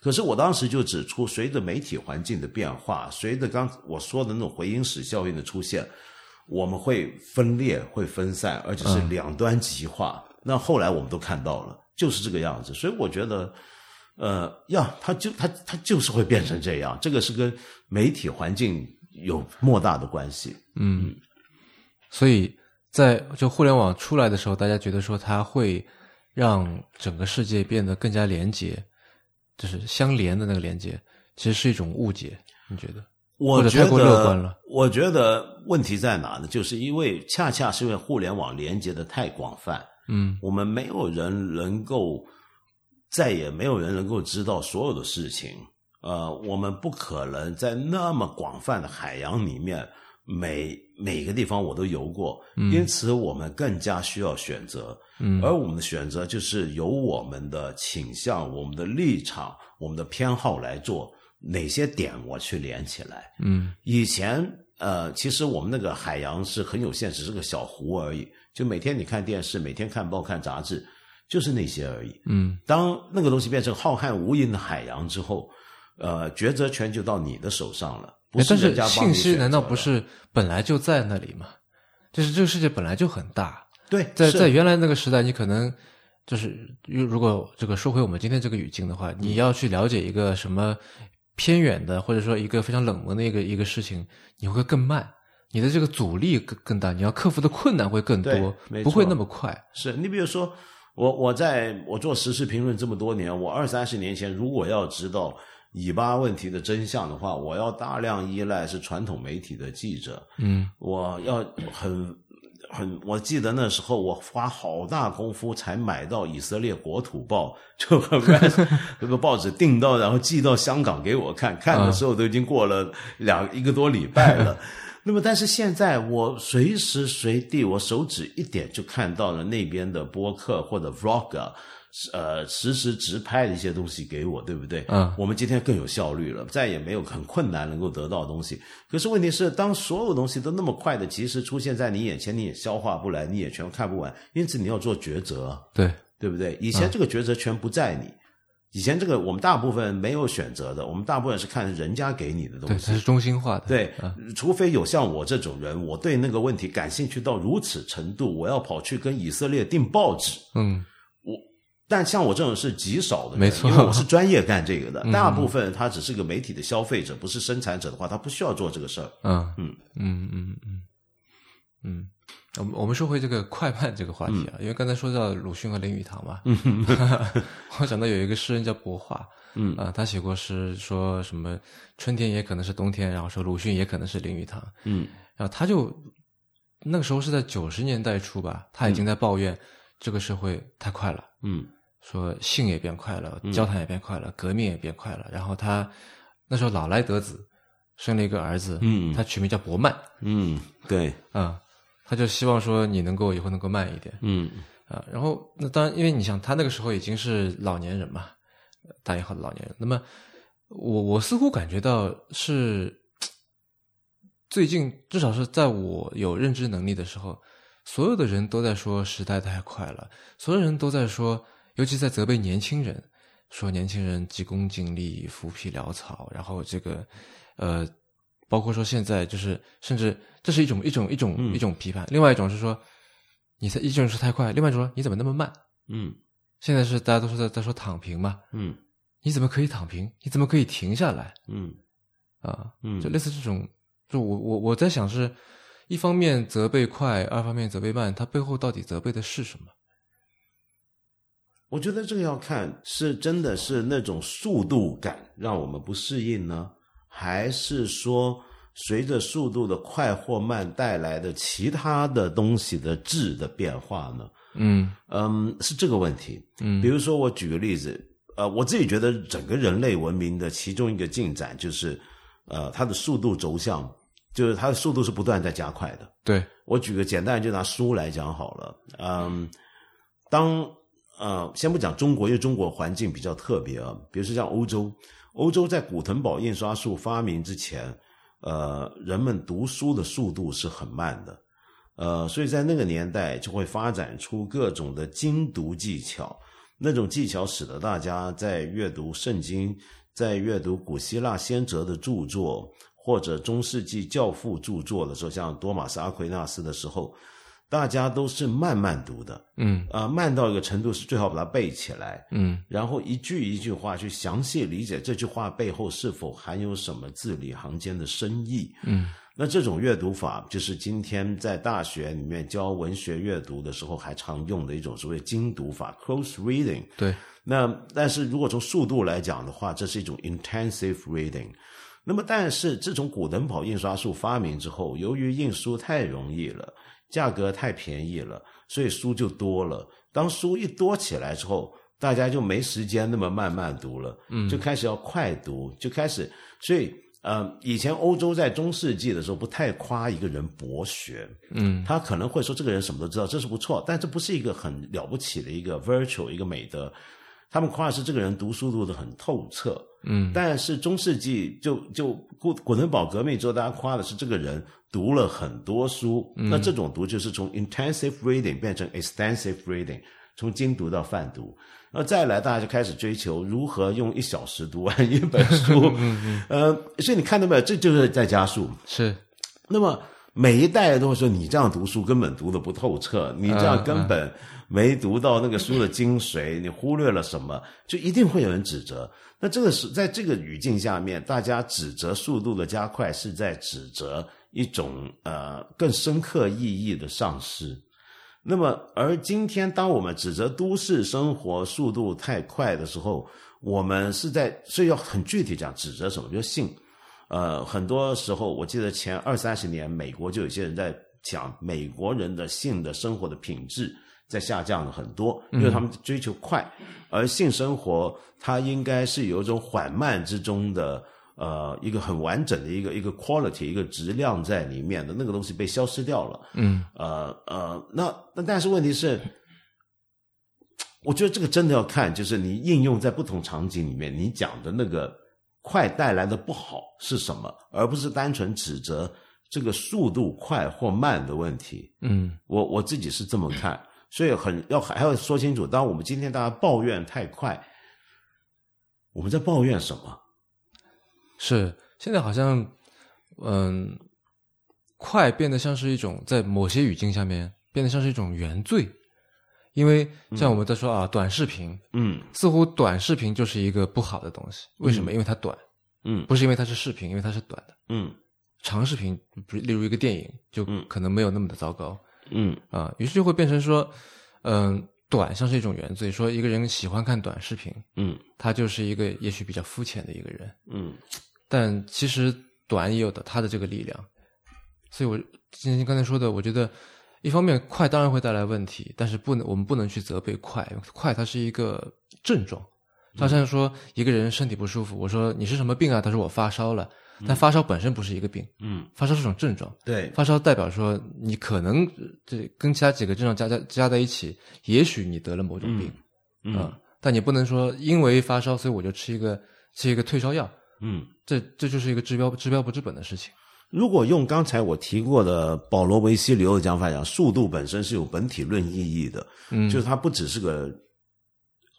[SPEAKER 3] 可是我当时就指出，随着媒体环境的变化，随着刚我说的那种回音室效应的出现，我们会分裂、会分散，而且
[SPEAKER 2] 嗯
[SPEAKER 3] 是两端极化。那后来我们都看到了，就是这个样子。所以我觉得，呃，呀，它就它它就是会变成这样，这个是跟媒体环境有莫大的关系。
[SPEAKER 2] 嗯，所以在就互联网出来的时候，大家觉得说它会让整个世界变得更加连接，就是相连的那个连接，其实是一种误解。你觉得？
[SPEAKER 3] 我
[SPEAKER 2] 或者
[SPEAKER 3] 觉
[SPEAKER 2] 太过乐观
[SPEAKER 3] 得
[SPEAKER 2] 了，
[SPEAKER 3] 我觉得问题在哪呢？就是因为恰恰是因为互联网连接的太广泛，
[SPEAKER 2] 嗯
[SPEAKER 3] 我们没有人能够，再也没有人能够知道所有的事情。呃，我们不可能在那么广泛的海洋里面，每每个地方我都游过，因此我们更加需要选择。
[SPEAKER 2] 嗯
[SPEAKER 3] 而我们的选择就是由我们的倾向、我们的立场、我们的偏好来做，哪些点我去连起来。
[SPEAKER 2] 嗯
[SPEAKER 3] 以前呃，其实我们那个海洋是很有限，只是个小湖而已。就每天你看电视，每天看报、看杂志，就是那些而已。
[SPEAKER 2] 嗯
[SPEAKER 3] 当那个东西变成浩瀚无垠的海洋之后，呃，抉择权就到你的手上了，不
[SPEAKER 2] 哎但
[SPEAKER 3] 人
[SPEAKER 2] 是
[SPEAKER 3] 家帮
[SPEAKER 2] 信
[SPEAKER 3] 你
[SPEAKER 2] 息
[SPEAKER 3] 选择
[SPEAKER 2] 难道
[SPEAKER 3] 的
[SPEAKER 2] 不是本来就在那里吗？就是这个世界本来就很大，
[SPEAKER 3] 对？
[SPEAKER 2] 在
[SPEAKER 3] 是
[SPEAKER 2] 在原来那个时代，你可能就是如如果这个说回我们今天这个语境的话，
[SPEAKER 3] 嗯
[SPEAKER 2] 你要去了解一个什么偏远的，或者说一个非常冷门的一个一个事情，你会更慢，你的这个阻力更更大，你要克服的困难会更多
[SPEAKER 3] 对没，
[SPEAKER 2] 不会
[SPEAKER 3] 错
[SPEAKER 2] 那么快。
[SPEAKER 3] 是你比如说，我我在我做时事评论这么多年，我二三十年前如果要知道以巴问题的真相的话，我要大量依赖是传统媒体的记者，
[SPEAKER 2] 嗯
[SPEAKER 3] 我要很很，我记得那时候我花好大功夫才买到以色列国土报，就很这个报纸订到，然后寄到香港给我看，看的时候都已经过了两一个多礼拜了。 那么，但是现在我随时随地，我手指一点就看到了那边的播客或者 vlog，啊呃，实时直拍的一些东西给我，对不对？
[SPEAKER 2] 嗯
[SPEAKER 3] 我们今天更有效率了，再也没有很困难能够得到的东西。可是问题是，当所有东西都那么快的及时出现在你眼前，你也消化不来，你也全看不完，因此你要做抉择，
[SPEAKER 2] 对，
[SPEAKER 3] 对不对？以前
[SPEAKER 2] 啊
[SPEAKER 3] 这个抉择权不在你，以前这个我们大部分没有选择的，我们大部分是看人家给你的东
[SPEAKER 2] 对，
[SPEAKER 3] 西
[SPEAKER 2] 它。是中心化的。
[SPEAKER 3] 对
[SPEAKER 2] 啊，
[SPEAKER 3] 除非有像我这种人，我对那个问题感兴趣到如此程度，我要跑去跟以色列订报纸，
[SPEAKER 2] 嗯
[SPEAKER 3] 但像我这种是极少的人，
[SPEAKER 2] 没错
[SPEAKER 3] 因为我是专业干这个的。大部分他只是个媒体的消费者，不是生产者的话，他不需要做这个事儿。
[SPEAKER 2] 啊
[SPEAKER 3] 嗯
[SPEAKER 2] 嗯嗯嗯嗯，我们我们说回这个快慢这个话题啊，
[SPEAKER 3] 嗯
[SPEAKER 2] 因为刚才说到鲁迅和林语堂嘛， 我想到有一个诗人叫博化，
[SPEAKER 3] 嗯
[SPEAKER 2] 啊、他写过诗，说什么春天也可能是冬天，然后说鲁迅也可能是林语堂，
[SPEAKER 3] 嗯
[SPEAKER 2] 然后他就那个时候是在九十年代初吧，他已经在抱怨这个社会太快了。
[SPEAKER 3] 嗯
[SPEAKER 2] 说性也变快了，交谈也变快了，革命也变快了。然后他那时候老来得子，生了一个儿子，
[SPEAKER 3] 嗯
[SPEAKER 2] 他取名叫伯曼啊、
[SPEAKER 3] 嗯，对，
[SPEAKER 2] 他就希望说你能够以后能够慢一点
[SPEAKER 3] 嗯
[SPEAKER 2] 啊、然后那当然，因为你想他那个时候已经是老年人嘛，打引号的老年人。那么我我似乎感觉到是最近至少是在我有认知能力的时候，所有的人都在说时代太快了，所有人都在说，尤其在责备年轻人，说年轻人急功近利、浮皮潦草，然后这个呃，包括说现在就是甚至这是一种一种一种、
[SPEAKER 3] 嗯
[SPEAKER 2] 一种批判，另外一种是说你才一种是太快，另外一种说你怎么那么慢？
[SPEAKER 3] 嗯
[SPEAKER 2] 现在是大家都说在在说躺平嘛，
[SPEAKER 3] 嗯
[SPEAKER 2] 你怎么可以躺平？你怎么可以停下来
[SPEAKER 3] 嗯
[SPEAKER 2] 啊？
[SPEAKER 3] 嗯
[SPEAKER 2] 就类似这种，就我我我在想是，一方面责备快，二方面责备慢，它背后到底责备的是什么？
[SPEAKER 3] 我觉得这个要看是真的是那种速度感让我们不适应呢，还是说随着速度的快或慢带来的其他的东西的质的变化呢？
[SPEAKER 2] 嗯
[SPEAKER 3] 嗯，是这个问题。
[SPEAKER 2] 嗯
[SPEAKER 3] 比如说，我举个例子，呃，我自己觉得整个人类文明的其中一个进展就是，呃，它的速度轴向，就是它的速度是不断在加快的。
[SPEAKER 2] 对，
[SPEAKER 3] 我举个简单，就拿书来讲好了。嗯，当呃，先不讲中国，因为中国环境比较特别啊。比如说像欧洲，欧洲在古腾堡印刷术发明之前，呃，人们读书的速度是很慢的。呃，所以在那个年代就会发展出各种的精读技巧，那种技巧使得大家在阅读圣经，在阅读古希腊先哲的著作，或者中世纪教父著作的时候，像多马斯阿奎纳斯的时候，大家都是慢慢读的，
[SPEAKER 2] 嗯
[SPEAKER 3] 啊、慢到一个程度是最好把它背起来，
[SPEAKER 2] 嗯
[SPEAKER 3] 然后一句一句话去详细理解这句话背后是否含有什么字里行间的深意。
[SPEAKER 2] 嗯
[SPEAKER 3] 那这种阅读法，就是今天在大学里面教文学阅读的时候还常用的一种所谓精读法 （close reading）。
[SPEAKER 2] 对，
[SPEAKER 3] 那但是如果从速度来讲的话，这是一种 intensive reading。那么，但是自从古登堡印刷术发明之后，由于印书太容易了，价格太便宜了，所以书就多了。当书一多起来之后，大家就没时间那么慢慢读了，嗯，就开始要快读，就开始。所以，呃，以前欧洲在中世纪的时候不太夸一个人博学，
[SPEAKER 2] 嗯
[SPEAKER 3] 他可能会说这个人什么都知道，这是不错，但这不是一个很了不起的一个 virtue 一个美德。他们夸的是这个人读书读得很透彻，
[SPEAKER 2] 嗯
[SPEAKER 3] 但是中世纪就就古古登堡革命之后，大家夸的是这个人读了很多书，
[SPEAKER 2] 嗯
[SPEAKER 3] 那这种读就是从 intensive reading 变成 extensive reading，从精读到泛读，那再来大家就开始追求如何用一小时读完一本
[SPEAKER 2] 嗯
[SPEAKER 3] 书，呃，所以你看到没有，这就是在加速。
[SPEAKER 2] 是，
[SPEAKER 3] 那么每一代都会说你这样读书根本读的不透彻，你这样根本没读到那个书的精髓，你忽略了什么，就一定会有人指责。那这个是在这个语境下面，大家指责速度的加快是在指责一种呃更深刻意义的丧失。那么，而今天，当我们指责都市生活速度太快的时候，我们是在所以要很具体讲指责什么，比如性。呃，很多时候，我记得前二三十年，美国就有些人在讲美国人的性的生活的品质在下降了很多，因为他们追求快，而性生活它应该是有一种缓慢之中的。呃，一个很完整的一个一个 quality 一个质量在里面的那个东西被消失掉了，
[SPEAKER 2] 嗯
[SPEAKER 3] 呃呃，那那但是问题是，我觉得这个真的要看，就是你应用在不同场景里面，你讲的那个快带来的不好是什么，而不是单纯指责这个速度快或慢的问题。
[SPEAKER 2] 嗯
[SPEAKER 3] 我我自己是这么看，所以很要还要说清楚。当我们今天大家抱怨太快，我们在抱怨什么？
[SPEAKER 2] 是。现在好像，嗯，快变得像是一种在某些语境下面变得像是一种原罪，因为像我们在说啊，短视频，
[SPEAKER 3] 嗯
[SPEAKER 2] 似乎短视频就是一个不好的东西。为什么？因为它短，
[SPEAKER 3] 嗯
[SPEAKER 2] 不是因为它是视频，因为它是短的。
[SPEAKER 3] 嗯
[SPEAKER 2] 长视频，比如例如一个电影，就
[SPEAKER 3] 嗯
[SPEAKER 2] 可能没有那么的糟糕
[SPEAKER 3] 嗯
[SPEAKER 2] 啊、于是就会变成说，嗯、短像是一种原罪，说一个人喜欢看短视频，
[SPEAKER 3] 嗯
[SPEAKER 2] 他就是一个也许比较肤浅的一个人。
[SPEAKER 3] 嗯
[SPEAKER 2] 但其实短也有的它的这个力量，所以我今天刚才说的，我觉得一方面快当然会带来问题，但是不能我们不能去责备快，快它是一个症状。就好像说一个人身体不舒服，我说你是什么病啊？他说我发烧了，但发烧本身不是一个病，
[SPEAKER 3] 嗯，
[SPEAKER 2] 发烧是种症状。
[SPEAKER 3] 对，
[SPEAKER 2] 发烧代表说你可能呃这跟其他几个症状加加加在一起，也许你得了某种病啊、
[SPEAKER 3] 嗯
[SPEAKER 2] 但你不能说因为发烧，所以我就吃一个吃一个退烧药，
[SPEAKER 3] 嗯。
[SPEAKER 2] 这这就是一个治标治标不治本的事情。
[SPEAKER 3] 如果用刚才我提过的保罗·维西流的讲法讲，速度本身是有本体论意义的，
[SPEAKER 2] 嗯
[SPEAKER 3] 就是它不只是个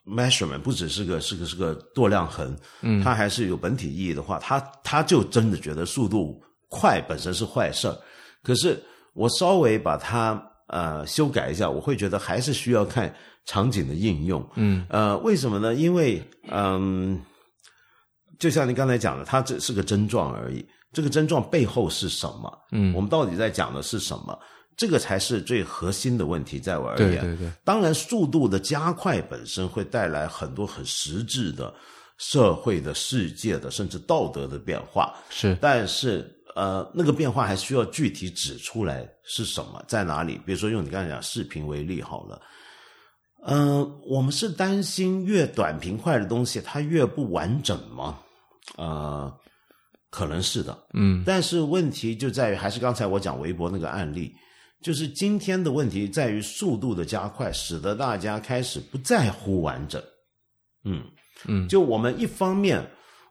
[SPEAKER 3] measurement，不只是个是个是个度量衡，
[SPEAKER 2] 嗯
[SPEAKER 3] 它还是有本体意义的话，他他就真的觉得速度快本身是坏事儿。可是我稍微把它呃修改一下，我会觉得还是需要看场景的应用，
[SPEAKER 2] 嗯
[SPEAKER 3] 呃，为什么呢？因为嗯，就像您刚才讲的，它只是个症状而已。这个症状背后是什么？
[SPEAKER 2] 嗯
[SPEAKER 3] 我们到底在讲的是什么？这个才是最核心的问题，在我而言。
[SPEAKER 2] 对对对，
[SPEAKER 3] 当然，速度的加快本身会带来很多很实质的社会的、世界的，甚至道德的变化。
[SPEAKER 2] 是
[SPEAKER 3] 但是呃，那个变化还需要具体指出来是什么，在哪里。比如说用你刚才讲视频为例好了，呃，我们是担心越短平快的东西它越不完整吗？呃，可能是的，
[SPEAKER 2] 嗯
[SPEAKER 3] 但是问题就在于，还是刚才我讲微博那个案例，就是今天的问题在于速度的加快，使得大家开始不在乎完整。嗯
[SPEAKER 2] 嗯
[SPEAKER 3] 就我们一方面，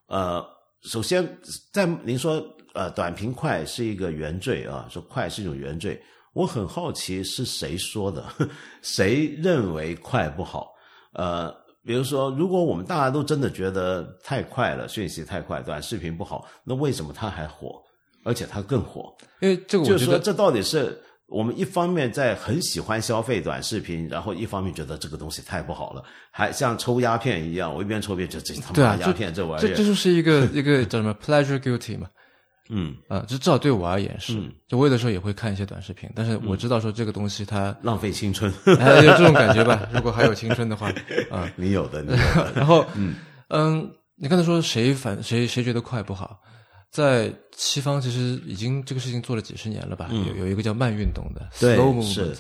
[SPEAKER 3] 呃，首先在您说呃短平快是一个原罪啊，说快是一种原罪，我很好奇是谁说的， 谁认为快不好？呃，比如说，如果我们大家都真的觉得太快了，讯息太快，短视频不好，那为什么它还火，而且它更火？
[SPEAKER 2] 因为这个
[SPEAKER 3] 就
[SPEAKER 2] 我
[SPEAKER 3] 是
[SPEAKER 2] 觉
[SPEAKER 3] 说，
[SPEAKER 2] 得
[SPEAKER 3] 这到底是我们一方面在很喜欢消费短视频，然后一方面觉得这个东西太不好了，还像抽鸦片一样，我一边抽一边觉得这他
[SPEAKER 2] 对啊
[SPEAKER 3] 妈，鸦
[SPEAKER 2] 就
[SPEAKER 3] 片这玩意
[SPEAKER 2] 这
[SPEAKER 3] 儿，
[SPEAKER 2] 这就是一 个一个叫什么 pleasure guilty 嘛，
[SPEAKER 3] 嗯，
[SPEAKER 2] 啊，这至少对我而言是
[SPEAKER 3] 嗯，
[SPEAKER 2] 就我有的时候也会看一些短视频，但是我知道说这个东西 它
[SPEAKER 3] 浪费青春，
[SPEAKER 2] 哎有这种感觉吧，如果还有青春的话啊，
[SPEAKER 3] 你有的，你有 的，
[SPEAKER 2] 然后，嗯你刚才说谁反谁谁觉得快不好，在西方其实已经这个事情做了几十年了吧？有有一个叫慢运动的
[SPEAKER 3] 嗯对
[SPEAKER 2] slow
[SPEAKER 3] 是
[SPEAKER 2] movement，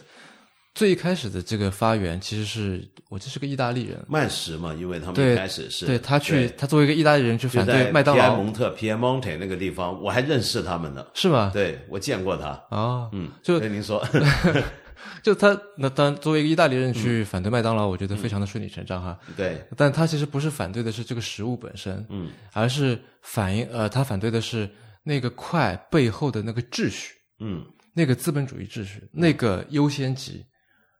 [SPEAKER 2] 最一开始的这个发源其实是我记得是个意大利人，
[SPEAKER 3] 慢食嘛，因为他们
[SPEAKER 2] 对
[SPEAKER 3] 一开始是
[SPEAKER 2] 对他去他作为一个意大利人去
[SPEAKER 3] 就
[SPEAKER 2] 反
[SPEAKER 3] 在
[SPEAKER 2] 对麦当
[SPEAKER 3] 皮埃
[SPEAKER 2] 劳
[SPEAKER 3] 蒙特 （Piemonte） 那个地方，我还认识他们呢。
[SPEAKER 2] 是吗？
[SPEAKER 3] 对，我见过他。
[SPEAKER 2] 啊，嗯，就
[SPEAKER 3] 对您说，
[SPEAKER 2] 就他那当然作为一个意大利
[SPEAKER 3] 嗯
[SPEAKER 2] 人去反对麦当劳，我觉得非常的顺理成章哈。
[SPEAKER 3] 对，
[SPEAKER 2] 但他其实不是反对的是这个食物本身，
[SPEAKER 3] 嗯，
[SPEAKER 2] 而是反映呃，他反对的是那个快背后的那个秩序，
[SPEAKER 3] 嗯
[SPEAKER 2] 那个资本主义秩序，那个优先级。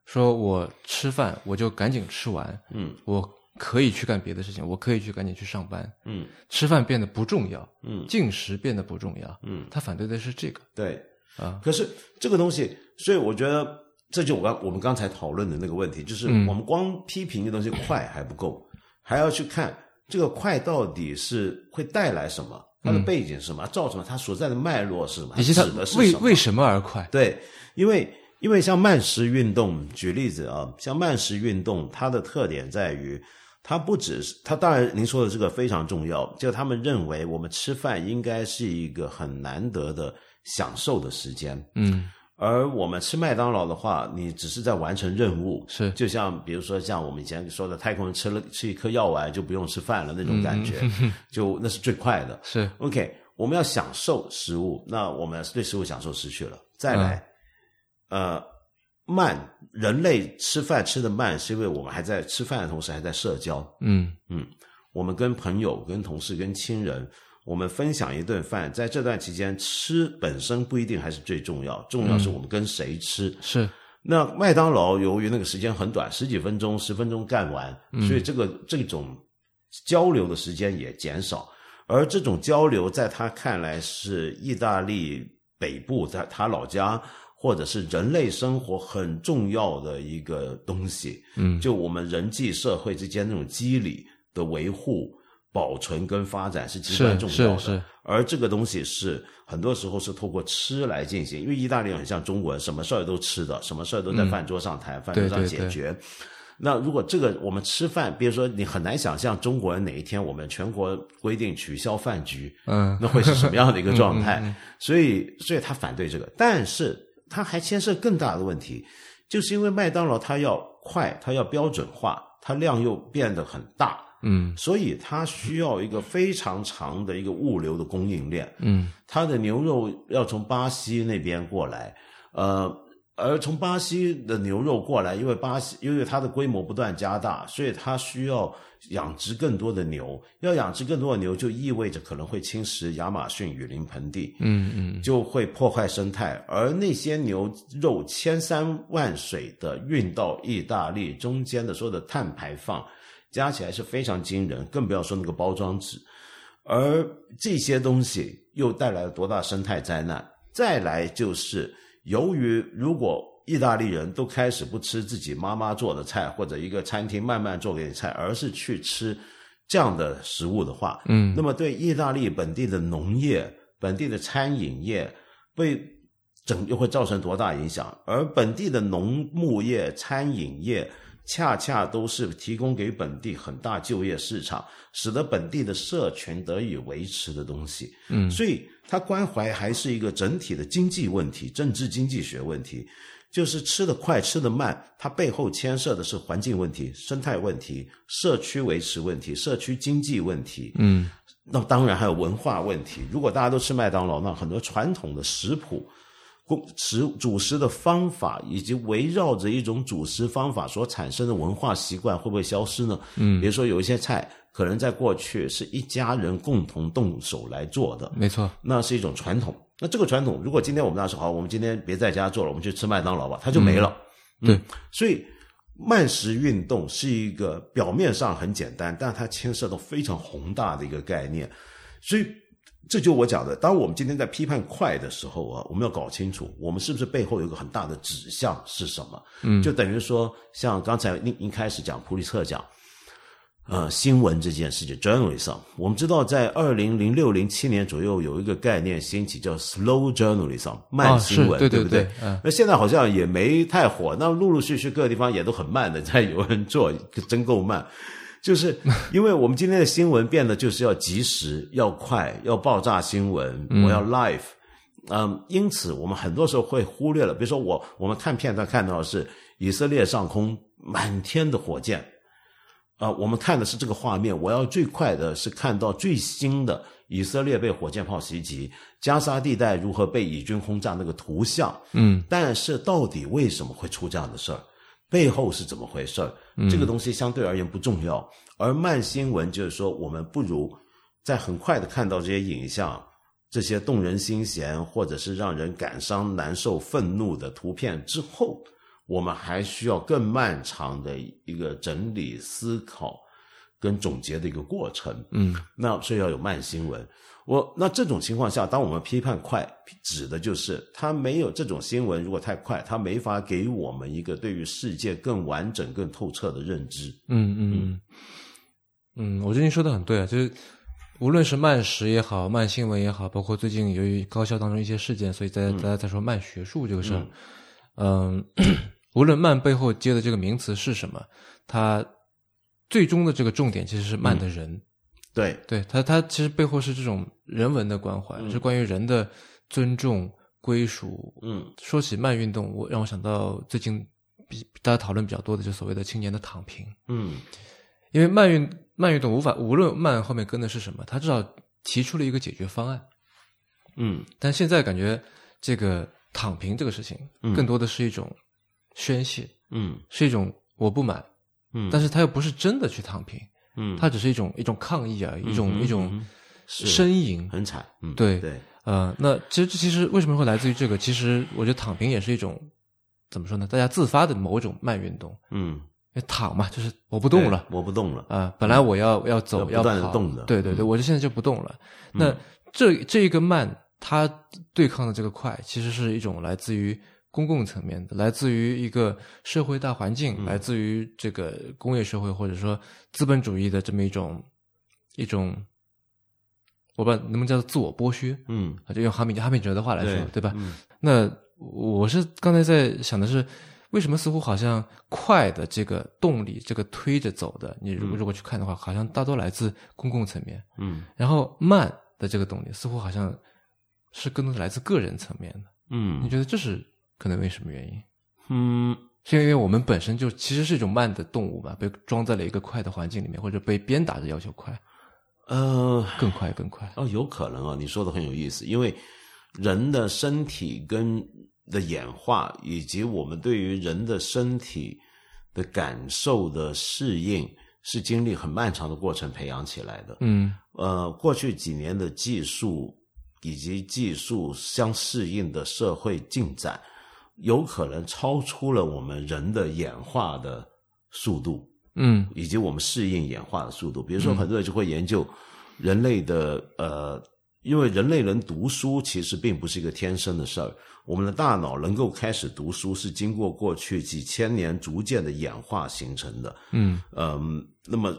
[SPEAKER 2] 说我吃饭我就赶紧吃完，
[SPEAKER 3] 嗯，
[SPEAKER 2] 我可以去干别的事情，我可以去赶紧去上班，
[SPEAKER 3] 嗯
[SPEAKER 2] 吃饭变得不重要，
[SPEAKER 3] 嗯
[SPEAKER 2] 进食变得不重要。
[SPEAKER 3] 嗯，
[SPEAKER 2] 他反对的是这个，
[SPEAKER 3] 对
[SPEAKER 2] 啊。
[SPEAKER 3] 可是这个东西，所以我觉得这就我刚我们刚才讨论的那个问题，就是
[SPEAKER 2] 嗯
[SPEAKER 3] 我们光批评一个东西快还不够，还要去看这个快到底是会带来什么，它的背景是什么，造成了它所在的脉络是什么，
[SPEAKER 2] 嗯以及他
[SPEAKER 3] 指的是
[SPEAKER 2] 为
[SPEAKER 3] 什么
[SPEAKER 2] 为什么而快？
[SPEAKER 3] 对，因为因为像慢食运动，举例子啊，像慢食运动，它的特点在于，它不只是它，当然您说的这个非常重要，就他们认为我们吃饭应该是一个很难得的享受的时间。
[SPEAKER 2] 嗯，
[SPEAKER 3] 而我们吃麦当劳的话，你只是在完成任务，
[SPEAKER 2] 是
[SPEAKER 3] 就像比如说像我们以前说的，太空人吃了吃一颗药丸就不用吃饭了那种感觉，就那是最快的。
[SPEAKER 2] 嗯是
[SPEAKER 3] OK，我们要享受食物，那我们对食物享受失去了。再来，呃，慢，人类吃饭吃的慢，是因为我们还在吃饭的同时还在社交。
[SPEAKER 2] 嗯
[SPEAKER 3] 我们跟朋友、跟同事、跟亲人，我们分享一顿饭，在这段期间吃本身不一定还是最重要，重要是我们跟谁吃。
[SPEAKER 2] 是
[SPEAKER 3] 那麦当劳由于那个时间很短，十几分钟、十分钟干完，
[SPEAKER 2] 嗯
[SPEAKER 3] 所以这个这种交流的时间也减少。而这种交流，在他看来是意大利北部，在他老家或者是人类生活很重要的一个东西。
[SPEAKER 2] 嗯
[SPEAKER 3] 就我们人际社会之间那种机理的维护、保存跟发展是极
[SPEAKER 2] 是
[SPEAKER 3] 关重要
[SPEAKER 2] 是
[SPEAKER 3] 的。
[SPEAKER 2] 是，
[SPEAKER 3] 而这个东西是很多时候是透过吃来进行，因为意大利人很像中国人，什么事儿都吃的，什么事儿都在饭桌上谈，饭桌上
[SPEAKER 2] 嗯对
[SPEAKER 3] 解
[SPEAKER 2] 对
[SPEAKER 3] 决。那如果这个我们吃饭，比如说你很难想象中国人哪一天我们全国规定取消饭局，
[SPEAKER 2] 嗯
[SPEAKER 3] 那会是什么样的一个状态？ 所以，所以他反对这个，但是他还牵涉更大的问题，就是因为麦当劳它要快，它要标准化，它量又变得很大，
[SPEAKER 2] 嗯
[SPEAKER 3] 所以它需要一个非常长的一个物流的供应链。
[SPEAKER 2] 嗯
[SPEAKER 3] 它的牛肉要从巴西那边过来，呃，而从巴西的牛肉过来，因为巴西因为它的规模不断加大，所以它需要养殖更多的牛。要养殖更多的牛，就意味着可能会侵蚀亚马逊雨林盆地，
[SPEAKER 2] 嗯嗯，
[SPEAKER 3] 就会破坏生态。而那些牛肉千山万水的运到意大利，中间的所有的碳排放加起来是非常惊人，更不要说那个包装纸。而这些东西又带来了多大生态灾难？再来就是，由于如果意大利人都开始不吃自己妈妈做的菜，或者一个餐厅慢慢做给你菜，而是去吃这样的食物的话，
[SPEAKER 2] 嗯
[SPEAKER 3] 那么对意大利本地的农业、本地的餐饮业被整又会造成多大影响？而本地的农牧业、餐饮业恰恰都是提供给本地很大就业市场，使得本地的社群得以维持的东西。嗯，所以它关怀还是一个整体的经济问题、政治经济学问题。就是吃得快、吃得慢，它背后牵涉的是环境问题、生态问题、社区维持问题、社区经济问题。嗯，那当然还有文化问题。如果大家都吃麦当劳，那很多传统的食谱、供食主食的方法，以及围绕着一种主食方法所产生的文化习惯，会不会消失呢？嗯，比如说有一些菜，可能在过去是一家人共同动手来做的，
[SPEAKER 2] 没错，
[SPEAKER 3] 那是一种传统。那这个传统，如果今天我们那时候好，我们今天别在家做了，我们去吃麦当劳吧，它就没了。嗯
[SPEAKER 2] 对，
[SPEAKER 3] 所以慢食运动是一个表面上很简单，但它牵涉到非常宏大的一个概念。所以这就我讲的，当我们今天在批判快的时候啊，我们要搞清楚，我们是不是背后有一个很大的指向是什么？嗯，就等于说，像刚才您您开始讲普利策奖，呃，新闻这件事情 （journalism），我们知道在二零零六零七年左右有一个概念兴起，叫 slow journalism，慢新闻，
[SPEAKER 2] 啊哦是对对
[SPEAKER 3] 不
[SPEAKER 2] 对
[SPEAKER 3] 对？
[SPEAKER 2] 嗯
[SPEAKER 3] 那现在好像也没太火，那陆陆续续各地方也都很慢的在有人做，真够慢。就是因为我们今天的新闻变得就是要及时、要快、要爆炸新闻，我要 live。嗯，因此我们很多时候会忽略了，比如说我我们看片段看到的是以色列上空满天的火箭，啊、我们看的是这个画面。我要最快的是看到最新的以色列被火箭炮袭击，加沙地带如何被以军轰炸那个图像。
[SPEAKER 2] 嗯，
[SPEAKER 3] 但是到底为什么会出这样的事儿？背后是怎么回事儿？
[SPEAKER 2] 嗯
[SPEAKER 3] 这个东西相对而言不重要。而慢新闻就是说，我们不如在很快的看到这些影像、这些动人心弦或者是让人感伤、难受、愤怒的图片之后，我们还需要更漫长的一个整理、思考跟总结的一个过程。
[SPEAKER 2] 嗯，
[SPEAKER 3] 那所以要有慢新闻。我那这种情况下，当我们批判快，指的就是它没有这种新闻，如果太快，它没法给我们一个对于世界更完整、更透彻的认知。
[SPEAKER 2] 嗯嗯嗯，嗯，我觉得您说的很对啊，就是无论是慢食也好，慢新闻也好，包括最近由于高校当中一些事件，所以大家大家在说慢学术这个事儿，嗯， 无论慢背后接的这个名词是什么，它最终的这个重点其实是慢的人，
[SPEAKER 3] 对，
[SPEAKER 2] 对它它其实背后是这种人文的关怀，是关于人的尊重、归属，
[SPEAKER 3] 嗯
[SPEAKER 2] 说起慢运动，我让我想到最近比大家讨论比较多的，就所谓的青年的躺平。
[SPEAKER 3] 嗯
[SPEAKER 2] 因为慢运慢运动无法，无论慢后面跟的是什么，他至少提出了一个解决方案。
[SPEAKER 3] 嗯
[SPEAKER 2] 但现在感觉这个躺平这个事情，
[SPEAKER 3] 嗯
[SPEAKER 2] 更多的是一种宣泄，
[SPEAKER 3] 嗯
[SPEAKER 2] 是一种我不满，
[SPEAKER 3] 嗯，
[SPEAKER 2] 但
[SPEAKER 3] 是
[SPEAKER 2] 是他又不是真的去躺平，
[SPEAKER 3] 嗯，
[SPEAKER 2] 他只是一种一种抗议而已，一种
[SPEAKER 3] 嗯
[SPEAKER 2] 一种
[SPEAKER 3] 嗯是
[SPEAKER 2] 呻吟。
[SPEAKER 3] 很惨。嗯，
[SPEAKER 2] 对
[SPEAKER 3] 对，
[SPEAKER 2] 呃，那其实其实为什么会来自于这个？其实我觉得躺平也是一种怎么说呢？大家自发的某种慢运动，
[SPEAKER 3] 嗯，
[SPEAKER 2] 因为躺嘛，就是我不动了
[SPEAKER 3] 对，我不动了。
[SPEAKER 2] 啊，本来我要、要
[SPEAKER 3] 嗯要
[SPEAKER 2] 走，
[SPEAKER 3] 不
[SPEAKER 2] 要
[SPEAKER 3] 断地
[SPEAKER 2] 跑
[SPEAKER 3] 动的嗯
[SPEAKER 2] 对对对，我就现在就不动了。那这这一个慢，它对抗的这个快，其实是一种来自于公共层面的，来自于一个社会大环境，
[SPEAKER 3] 嗯
[SPEAKER 2] 来自于这个工业社会或者说资本主义的这么一种一种，我不知道能不能叫做自我剥削，
[SPEAKER 3] 嗯
[SPEAKER 2] 啊，就用哈米哈米哲的话来说，
[SPEAKER 3] 对
[SPEAKER 2] 对吧？
[SPEAKER 3] 嗯
[SPEAKER 2] 那我是刚才在想的是，为什么似乎好像快的这个动力，这个推着走的，你如果如果去看的话，好像大多来自公共层面，
[SPEAKER 3] 嗯
[SPEAKER 2] 然后慢的这个动力，似乎好像是更多的来自个人层面的。
[SPEAKER 3] 嗯
[SPEAKER 2] 你觉得这是可能为什么原因？
[SPEAKER 3] 嗯
[SPEAKER 2] 是因为我们本身就其实是一种慢的动物嘛，被装在了一个快的环境里面，或者被鞭打着要求快，
[SPEAKER 3] 呃，
[SPEAKER 2] 更快更快。
[SPEAKER 3] 哦，有可能啊，你说的很有意思，因为人的身体跟的演化，以及我们对于人的身体的感受的适应，是经历很漫长的过程培养起来的。
[SPEAKER 2] 嗯
[SPEAKER 3] 呃，过去几年的技术以及技术相适应的社会进展，有可能超出了我们人的演化的速度。
[SPEAKER 2] 嗯
[SPEAKER 3] 以及我们适应演化的速度。比如说，很多人就会研究人类的、呃，因为人类能读书其实并不是一个天生的事儿，我们的大脑能够开始读书是经过过去几千年逐渐的演化形成的。
[SPEAKER 2] 嗯
[SPEAKER 3] 嗯，那么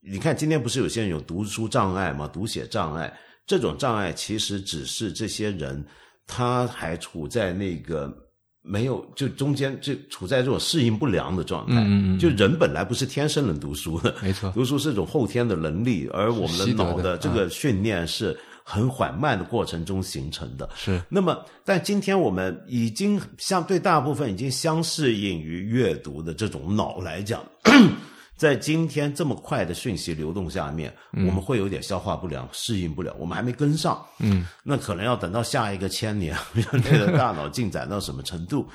[SPEAKER 3] 你看，今天不是有些人有读书障碍吗？读写障碍，这种障碍其实只是这些人他还处在那个没有就中间就处在这种适应不良的状态。
[SPEAKER 2] 嗯嗯嗯
[SPEAKER 3] 就人本来不是天生能读书的，
[SPEAKER 2] 没错
[SPEAKER 3] 读书是一种后天的能力，而我们的
[SPEAKER 2] 习得的啊
[SPEAKER 3] 脑的这个训练是很缓慢的过程中形成的。
[SPEAKER 2] 是
[SPEAKER 3] 那么，但今天我们已经相对大部分已经相适应于阅读的这种脑来讲， 在今天这么快的讯息流动下面，
[SPEAKER 2] 嗯
[SPEAKER 3] 我们会有点消化不良、适应不了，我们还没跟上。嗯，那可能要等到下一个千年， 人类的大脑进展到什么程度？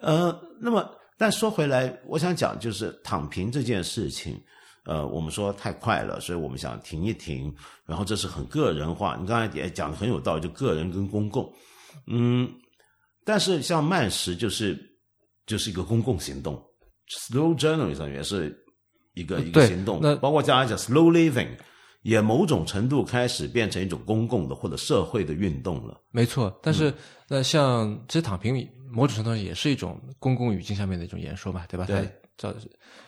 [SPEAKER 3] 呃，那么但说回来，我想讲就是躺平这件事情。呃，我们说太快了，所以我们想停一停。然后这是很个人化，你刚才也讲的很有道理，就个人跟公共。嗯，但是像慢食就是就是一个公共行动，slow journalism 也是一个一个
[SPEAKER 2] 呃对
[SPEAKER 3] 行动，
[SPEAKER 2] 那
[SPEAKER 3] 包括将来讲 slow living 也某种程度开始变成一种公共的或者社会的运动了。
[SPEAKER 2] 没错，但
[SPEAKER 3] 嗯
[SPEAKER 2] 是、那像其实躺平，某种程度上也是一种公共语境下面的一种演说嘛，对吧？
[SPEAKER 3] 对
[SPEAKER 2] 它叫，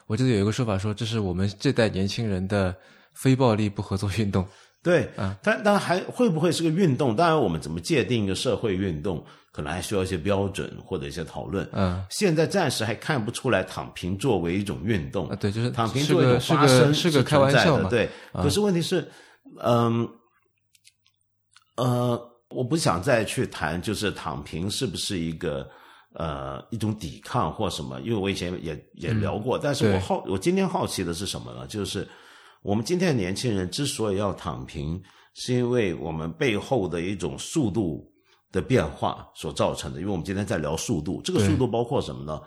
[SPEAKER 2] 我记得有一个说法说，这是我们这代年轻人的非暴力不合作运动。
[SPEAKER 3] 对，但但还会不会是个运动？当然，我们怎么界定一个社会运动，可能还需要一些标准或者一些讨论。
[SPEAKER 2] 嗯，
[SPEAKER 3] 现在暂时还看不出来躺平作为一种运动
[SPEAKER 2] 啊，对，就是
[SPEAKER 3] 躺平
[SPEAKER 2] 是
[SPEAKER 3] 作为一
[SPEAKER 2] 个
[SPEAKER 3] 种
[SPEAKER 2] 是
[SPEAKER 3] 发
[SPEAKER 2] 个
[SPEAKER 3] 生
[SPEAKER 2] 是
[SPEAKER 3] 存
[SPEAKER 2] 个开玩
[SPEAKER 3] 在
[SPEAKER 2] 笑
[SPEAKER 3] 的
[SPEAKER 2] 嘛，啊
[SPEAKER 3] 对。可是问题是，嗯，呃，我不想再去谈，就是躺平是不是一个呃一种抵抗或什么？因为我以前也也聊过，但是我
[SPEAKER 2] 嗯对
[SPEAKER 3] 好，我今天好奇的是什么呢？就是我们今天的年轻人之所以要躺平，是因为我们背后的一种速度的变化所造成的。因为我们今天在聊速度，这个速度包括什么呢？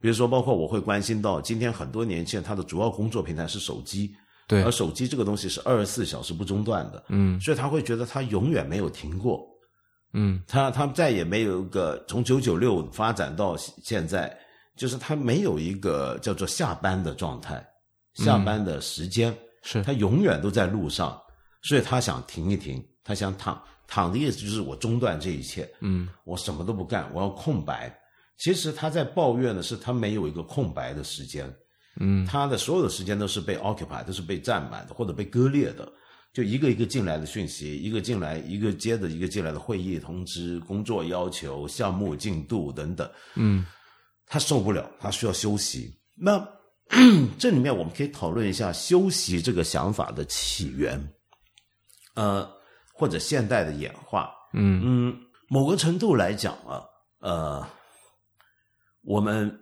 [SPEAKER 3] 比如说，包括我会关心到，今天很多年轻人他的主要工作平台是手机，
[SPEAKER 2] 对
[SPEAKER 3] 而手机这个东西是二十四小时不中断的，
[SPEAKER 2] 嗯
[SPEAKER 3] 所以他会觉得他永远没有停过，
[SPEAKER 2] 嗯，
[SPEAKER 3] 他他再也没有一个从九九六发展到现在，就是他没有一个叫做下班的状态，下班的时间，
[SPEAKER 2] 是
[SPEAKER 3] 他永远都在路上，所以他想停一停，他想躺躺的意思就是我中断这一切，
[SPEAKER 2] 嗯
[SPEAKER 3] 我什么都不干，我要空白。其实他在抱怨的是他没有一个空白的时间，
[SPEAKER 2] 嗯
[SPEAKER 3] 他的所有的时间都是被 occupy，都是被占满的或者被割裂的，就一个一个进来的讯息，一个进来一个接着一个进来的会议通知、工作要求、项目进度等等，
[SPEAKER 2] 嗯
[SPEAKER 3] 他受不了，他需要休息。那 这里面我们可以讨论一下休息这个想法的起源，呃，或者现代的演化。
[SPEAKER 2] 嗯
[SPEAKER 3] 嗯，某个程度来讲啊，呃，我们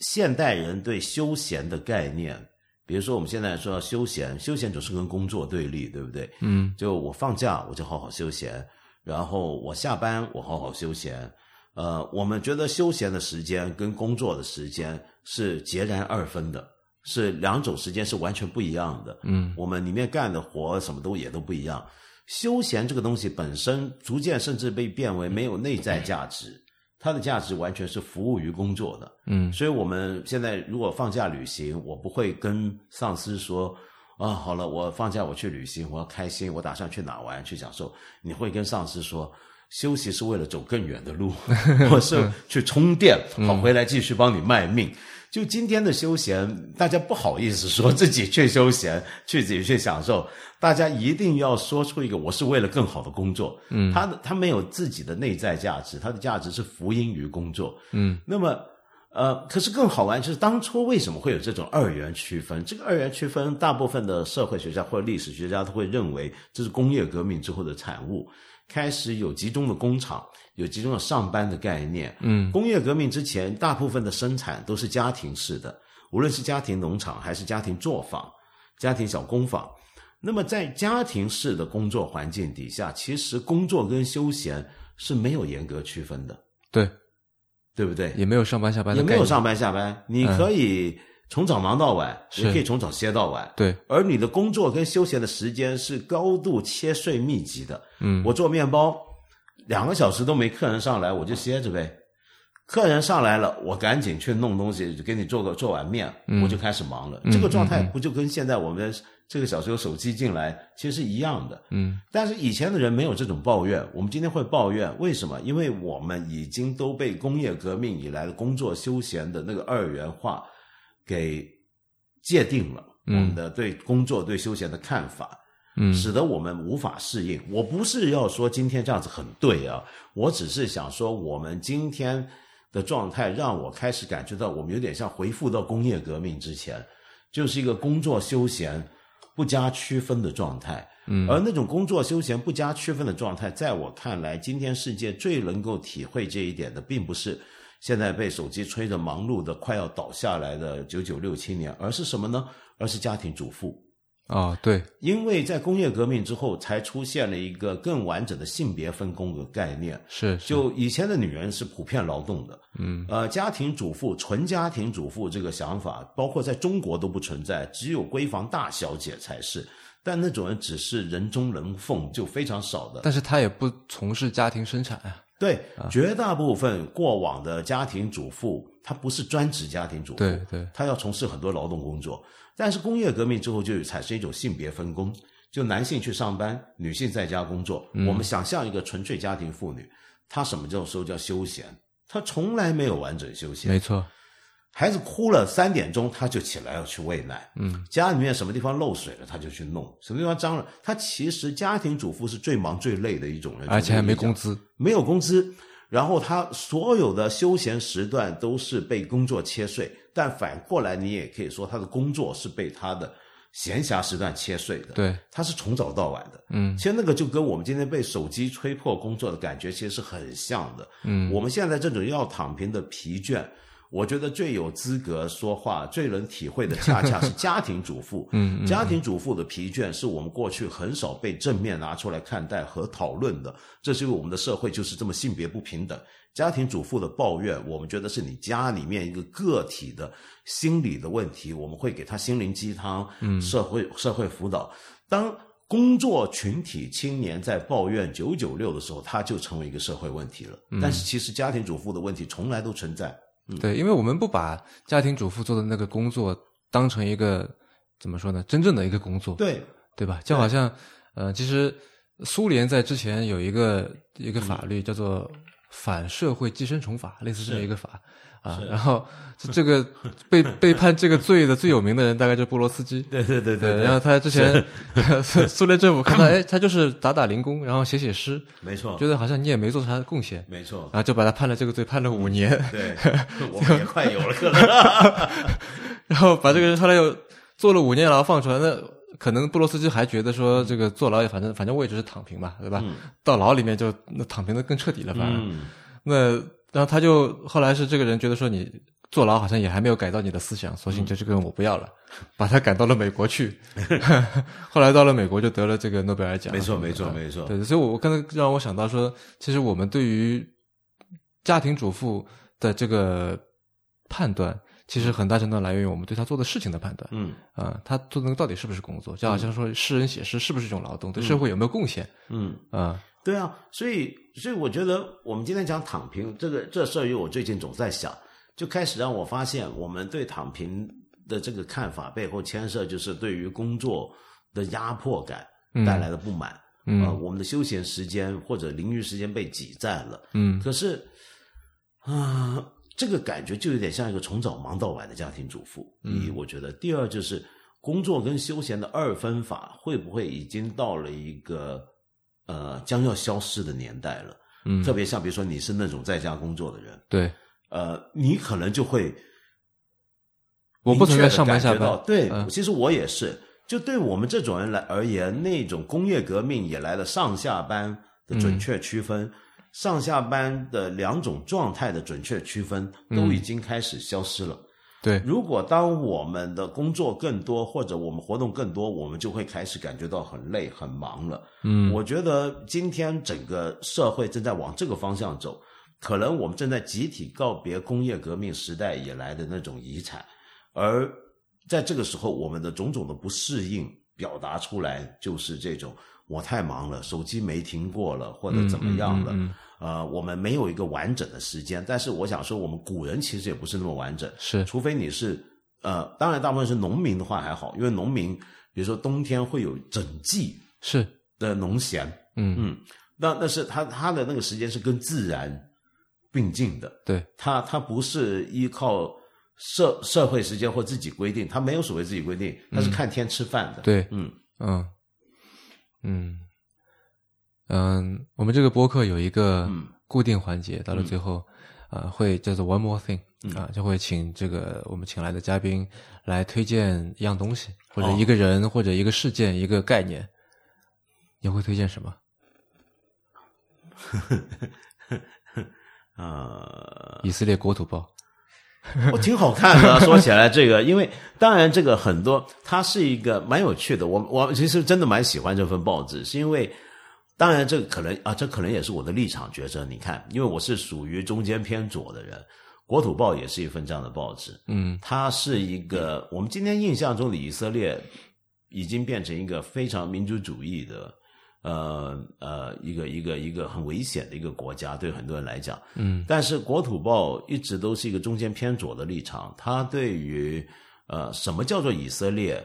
[SPEAKER 3] 现代人对休闲的概念，比如说我们现在说到休闲，休闲总是跟工作对立，对不对？
[SPEAKER 2] 嗯
[SPEAKER 3] 就我放假我就好好休闲，然后我下班我好好休闲。呃，我们觉得休闲的时间跟工作的时间是截然二分的，是两种时间是完全不一样的。
[SPEAKER 2] 嗯
[SPEAKER 3] 我们里面干的活什么都也都不一样。休闲这个东西本身逐渐甚至被变为没有内在价值，它的价值完全是服务于工作的。
[SPEAKER 2] 嗯
[SPEAKER 3] 所以我们现在如果放假旅行，我不会跟上司说啊，好了，我放假我去旅行，我要开心，我打算去哪玩去享受。你会跟上司说。休息是为了走更远的路，或是去充电，好回来继续帮你卖命。就今天的休闲，大家不好意思说自己去休闲，去自己去享受，大家一定要说出一个我是为了更好的工作。嗯，他的他没有自己的内在价值，他的价值是福音于工作。
[SPEAKER 2] 嗯，
[SPEAKER 3] 那么。呃，可是更好玩就是当初为什么会有这种二元区分？这个二元区分，大部分的社会学家或者历史学家都会认为这是工业革命之后的产物，开始有集中的工厂，有集中的上班的概念。
[SPEAKER 2] 嗯
[SPEAKER 3] 工业革命之前，大部分的生产都是家庭式的，无论是家庭农场还是家庭作坊、家庭小工坊。那么在家庭式的工作环境底下，其实工作跟休闲是没有严格区分的，
[SPEAKER 2] 对，
[SPEAKER 3] 对不对？
[SPEAKER 2] 也没有上班下班
[SPEAKER 3] 也
[SPEAKER 2] 的概
[SPEAKER 3] 没
[SPEAKER 2] 念，
[SPEAKER 3] 有上班下班，你可以从早忙到晚，也
[SPEAKER 2] 嗯是
[SPEAKER 3] 可以从早歇到晚。
[SPEAKER 2] 对，
[SPEAKER 3] 而你的工作跟休闲的时间是高度切碎密集的。
[SPEAKER 2] 嗯
[SPEAKER 3] 我做面包，两个小时都没客人上来，我就歇着呗。客人上来了，我赶紧去弄东西，给你做个做碗面，
[SPEAKER 2] 嗯
[SPEAKER 3] 我就开始忙了。这个状态不就跟现在我们这个小时候手机进来其实是一样的？
[SPEAKER 2] 嗯
[SPEAKER 3] 但是以前的人没有这种抱怨，我们今天会抱怨，为什么？因为我们已经都被工业革命以来的工作休闲的那个二元化给界定了，我
[SPEAKER 2] 嗯
[SPEAKER 3] 们的对工作对休闲的看法。
[SPEAKER 2] 嗯
[SPEAKER 3] 使得我们无法适应。我不是要说今天这样子很对啊，我只是想说我们今天的状态让我开始感觉到我们有点像回复到工业革命之前，就是一个工作休闲不加区分的状态。嗯，而那种工作休闲不加区分的状态，在我看来，今天世界最能够体会这一点的，并不是。现在被手机催着忙碌的快要倒下来的九九六青年，而是什么呢？而是家庭主妇。
[SPEAKER 2] 哦对，
[SPEAKER 3] 因为在工业革命之后，才出现了一个更完整的性别分工的概念。
[SPEAKER 2] 是是
[SPEAKER 3] 就以前的女人是普遍劳动的，嗯，呃，家庭主妇、纯家庭主妇这个想法，包括在中国都不存在，只有闺房大小姐才是。但那种人只是人中人凤，就非常少的。
[SPEAKER 2] 但是他也不从事家庭生产啊，
[SPEAKER 3] 对，绝大部分过往的家庭主妇，她不是专职家庭主妇，
[SPEAKER 2] 对对
[SPEAKER 3] 她要从事很多劳动工作。但是工业革命之后，就产生一种性别分工，就男性去上班，女性在家工作。
[SPEAKER 2] 嗯
[SPEAKER 3] 我们想象一个纯粹家庭妇女，她什么叫时候叫休闲？她从来没有完整休闲。
[SPEAKER 2] 没错，
[SPEAKER 3] 孩子哭了，三点钟他就起来要去喂奶。嗯，家里面什么地方漏水了，他就去弄；什么地方脏了，他其实家庭主妇是最忙最累的一种人，
[SPEAKER 2] 而且还没工
[SPEAKER 3] 资，
[SPEAKER 2] 资。
[SPEAKER 3] 没有工资。然后他所有的休闲时段都是被工作切碎，但反过来你也可以说他的工作是被他的闲暇时段切碎的。
[SPEAKER 2] 对，
[SPEAKER 3] 他是从早到晚的。
[SPEAKER 2] 嗯
[SPEAKER 3] 其实那个就跟我们今天被手机吹破工作的感觉其实是很像的。嗯，我们现在这种要躺平的疲倦，我觉得最有资格说话、最能体会的，恰恰是家庭主妇。 嗯，家庭主妇的疲倦是我们过去很少被正面拿出来看待和讨论的，这是因为我们的社会就是这么性别不平等。家庭主妇的抱怨，我们觉得是你家里面一个个体的心理的问题，我们会给他心灵鸡汤，嗯，社会社会辅导。当工作群体青年在抱怨九九六的时候，它就成为一个社会问题了。但是其实家庭主妇的问题从来都存在。
[SPEAKER 2] 对，因为我们不把家庭主妇做的那个工作当成一个怎么说呢，真正的一个工作，
[SPEAKER 3] 对，
[SPEAKER 2] 对吧？就好像呃，其实苏联在之前有一个一个法律叫做反社会寄生虫法，类似这么一个法啊。然后 这这个被被判这个罪的最有名的人大概就是波罗斯基， 呃
[SPEAKER 3] 对对对
[SPEAKER 2] 对，然后他之前苏苏联政府 看到，哎，他就是打打零工，然后写写诗，
[SPEAKER 3] 没错
[SPEAKER 2] 觉，得好像你也没做啥贡献，
[SPEAKER 3] 没错
[SPEAKER 2] 然，后就把他判了这个罪，判了五年，
[SPEAKER 3] 对，我们也快有了可能。
[SPEAKER 2] 然后把这个人后来又坐了五年牢放出来，那可能布罗斯基还觉得说这个坐牢也反正反正我也只是躺平嘛，对吧？到牢里面就那躺平的更彻底了，反而、
[SPEAKER 3] 嗯，
[SPEAKER 2] 那然后他就后来是这个人觉得说你坐牢好像也还没有改造你的思想，索性
[SPEAKER 3] 嗯
[SPEAKER 2] 就这个人我不要了， 把他赶到了美国去。 后来到了美国就得了这个诺贝尔奖，
[SPEAKER 3] 没错没错没错，
[SPEAKER 2] 对，所以我刚才让我想到说，其实我们对于家庭主妇的这个判断，其实很大程度来源于我们对她做的事情的判断。
[SPEAKER 3] 嗯
[SPEAKER 2] 啊、她做的那个到底是不是工作？就好像说诗人写诗是不是一种劳动，对社会有没有贡献？
[SPEAKER 3] 嗯。
[SPEAKER 2] 啊、
[SPEAKER 3] 对啊，所以所以我觉得我们今天讲躺平这个这事儿，因为我最近总在想，就开始让我发现我们对躺平的这个看法背后牵涉就是对于工作的压迫感带来的不满，
[SPEAKER 2] 嗯
[SPEAKER 3] 呃，我们的休闲时间或者零余时间被挤占了，
[SPEAKER 2] 嗯
[SPEAKER 3] 可是啊、这个感觉就有点像一个从早忙到晚的家庭主妇。一，我觉得；第二就是工作跟休闲的二分法，会不会已经到了一个呃将要消失的年代了？
[SPEAKER 2] 嗯
[SPEAKER 3] 特别像比如说你是那种在家工作的人，
[SPEAKER 2] 对，
[SPEAKER 3] 呃，你可能就会
[SPEAKER 2] 我不存在上班下
[SPEAKER 3] 明确地
[SPEAKER 2] 班
[SPEAKER 3] 感觉到，对，
[SPEAKER 2] 嗯
[SPEAKER 3] 其实我也是。就对我们这种人来而言，那种工业革命也来了上下班的
[SPEAKER 2] 嗯
[SPEAKER 3] 准确区分，上下班的两种状态的准确区分
[SPEAKER 2] 嗯
[SPEAKER 3] 都已经开始消失了。
[SPEAKER 2] 对，
[SPEAKER 3] 如果当我们的工作更多或者我们活动更多，我们就会开始感觉到很累、很忙了。
[SPEAKER 2] 嗯，
[SPEAKER 3] 我觉得今天整个社会正在往这个方向走，可能我们正在集体告别工业革命时代以来的那种遗产，而在这个时候，我们的种种的不适应表达出来，就是这种我太忙了，手机没停过了，或者怎么样了。
[SPEAKER 2] 嗯嗯嗯
[SPEAKER 3] 呃，我们没有一个完整的时间，但是我想说，我们古人其实也不是那么完整，
[SPEAKER 2] 是
[SPEAKER 3] 除非你是呃，当然大部分是农民的话还好，因为农民比如说冬天会有整季
[SPEAKER 2] 是，
[SPEAKER 3] 的农闲，
[SPEAKER 2] 嗯，
[SPEAKER 3] 嗯，那那是他他的那个时间是跟自然并进的，
[SPEAKER 2] 对，
[SPEAKER 3] 他他不是依靠社社会时间或自己规定，他没有所谓自己规定，他是看天吃饭的，，
[SPEAKER 2] 嗯对，
[SPEAKER 3] 嗯
[SPEAKER 2] 嗯，嗯，嗯，我们这个播客有一个
[SPEAKER 3] 嗯
[SPEAKER 2] 固定环节，到了最后，呃，会叫做 One More Thing
[SPEAKER 3] 嗯
[SPEAKER 2] 啊、就会请这个我们请来的嘉宾来推荐一样东西，或者
[SPEAKER 3] 哦
[SPEAKER 2] 一个人，或者一个事件，一个概念。你会推荐什么？
[SPEAKER 3] 呃，
[SPEAKER 2] 以色列国土报。
[SPEAKER 3] 我挺好看的。说起来这个，因为当然这个很多，它是一个蛮有趣的。我我其实真的蛮喜欢这份报纸，是因为当然这个可能啊，这可能也是我的立场抉择。你看，因为我是属于中间偏左的人，《国土报》也是一份这样的报纸。
[SPEAKER 2] 嗯
[SPEAKER 3] 它是一个我们今天印象中的以色列已经变成一个非常民族主义的，呃呃，一个一个一个很危险的一个国家，对很多人来讲。
[SPEAKER 2] 嗯，
[SPEAKER 3] 但是国土报一直都是一个中间偏左的立场，它对于呃什么叫做以色列，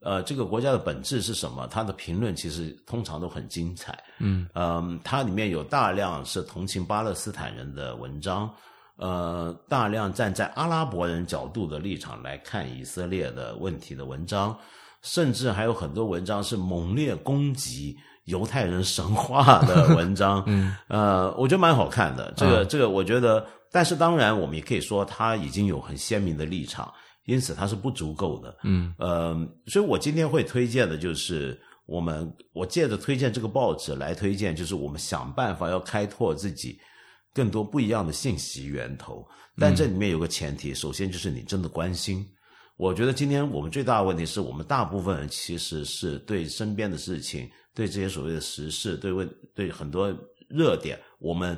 [SPEAKER 3] 呃，这个国家的本质是什么？他的评论其实通常都很精彩。
[SPEAKER 2] 嗯
[SPEAKER 3] 嗯、它里面有大量是同情巴勒斯坦人的文章，呃，大量站在阿拉伯人角度的立场来看以色列的问题的文章，甚至还有很多文章是猛烈攻击犹太人神话的文章。
[SPEAKER 2] 嗯，
[SPEAKER 3] 呃，我觉得蛮好看的。这个、这个，我觉得，但是当然，我们也可以说他已经有很鲜明的立场，因此他是不足够的。
[SPEAKER 2] 嗯
[SPEAKER 3] 呃，所以我今天会推荐的就是我们，我借着推荐这个报纸来推荐，就是我们想办法要开拓自己更多不一样的信息源头。但这里面有个前提，首先就是你真的关心。我觉得今天我们最大的问题是我们大部分人其实是对身边的事情、对这些所谓的时事、对问、对很多热点，我们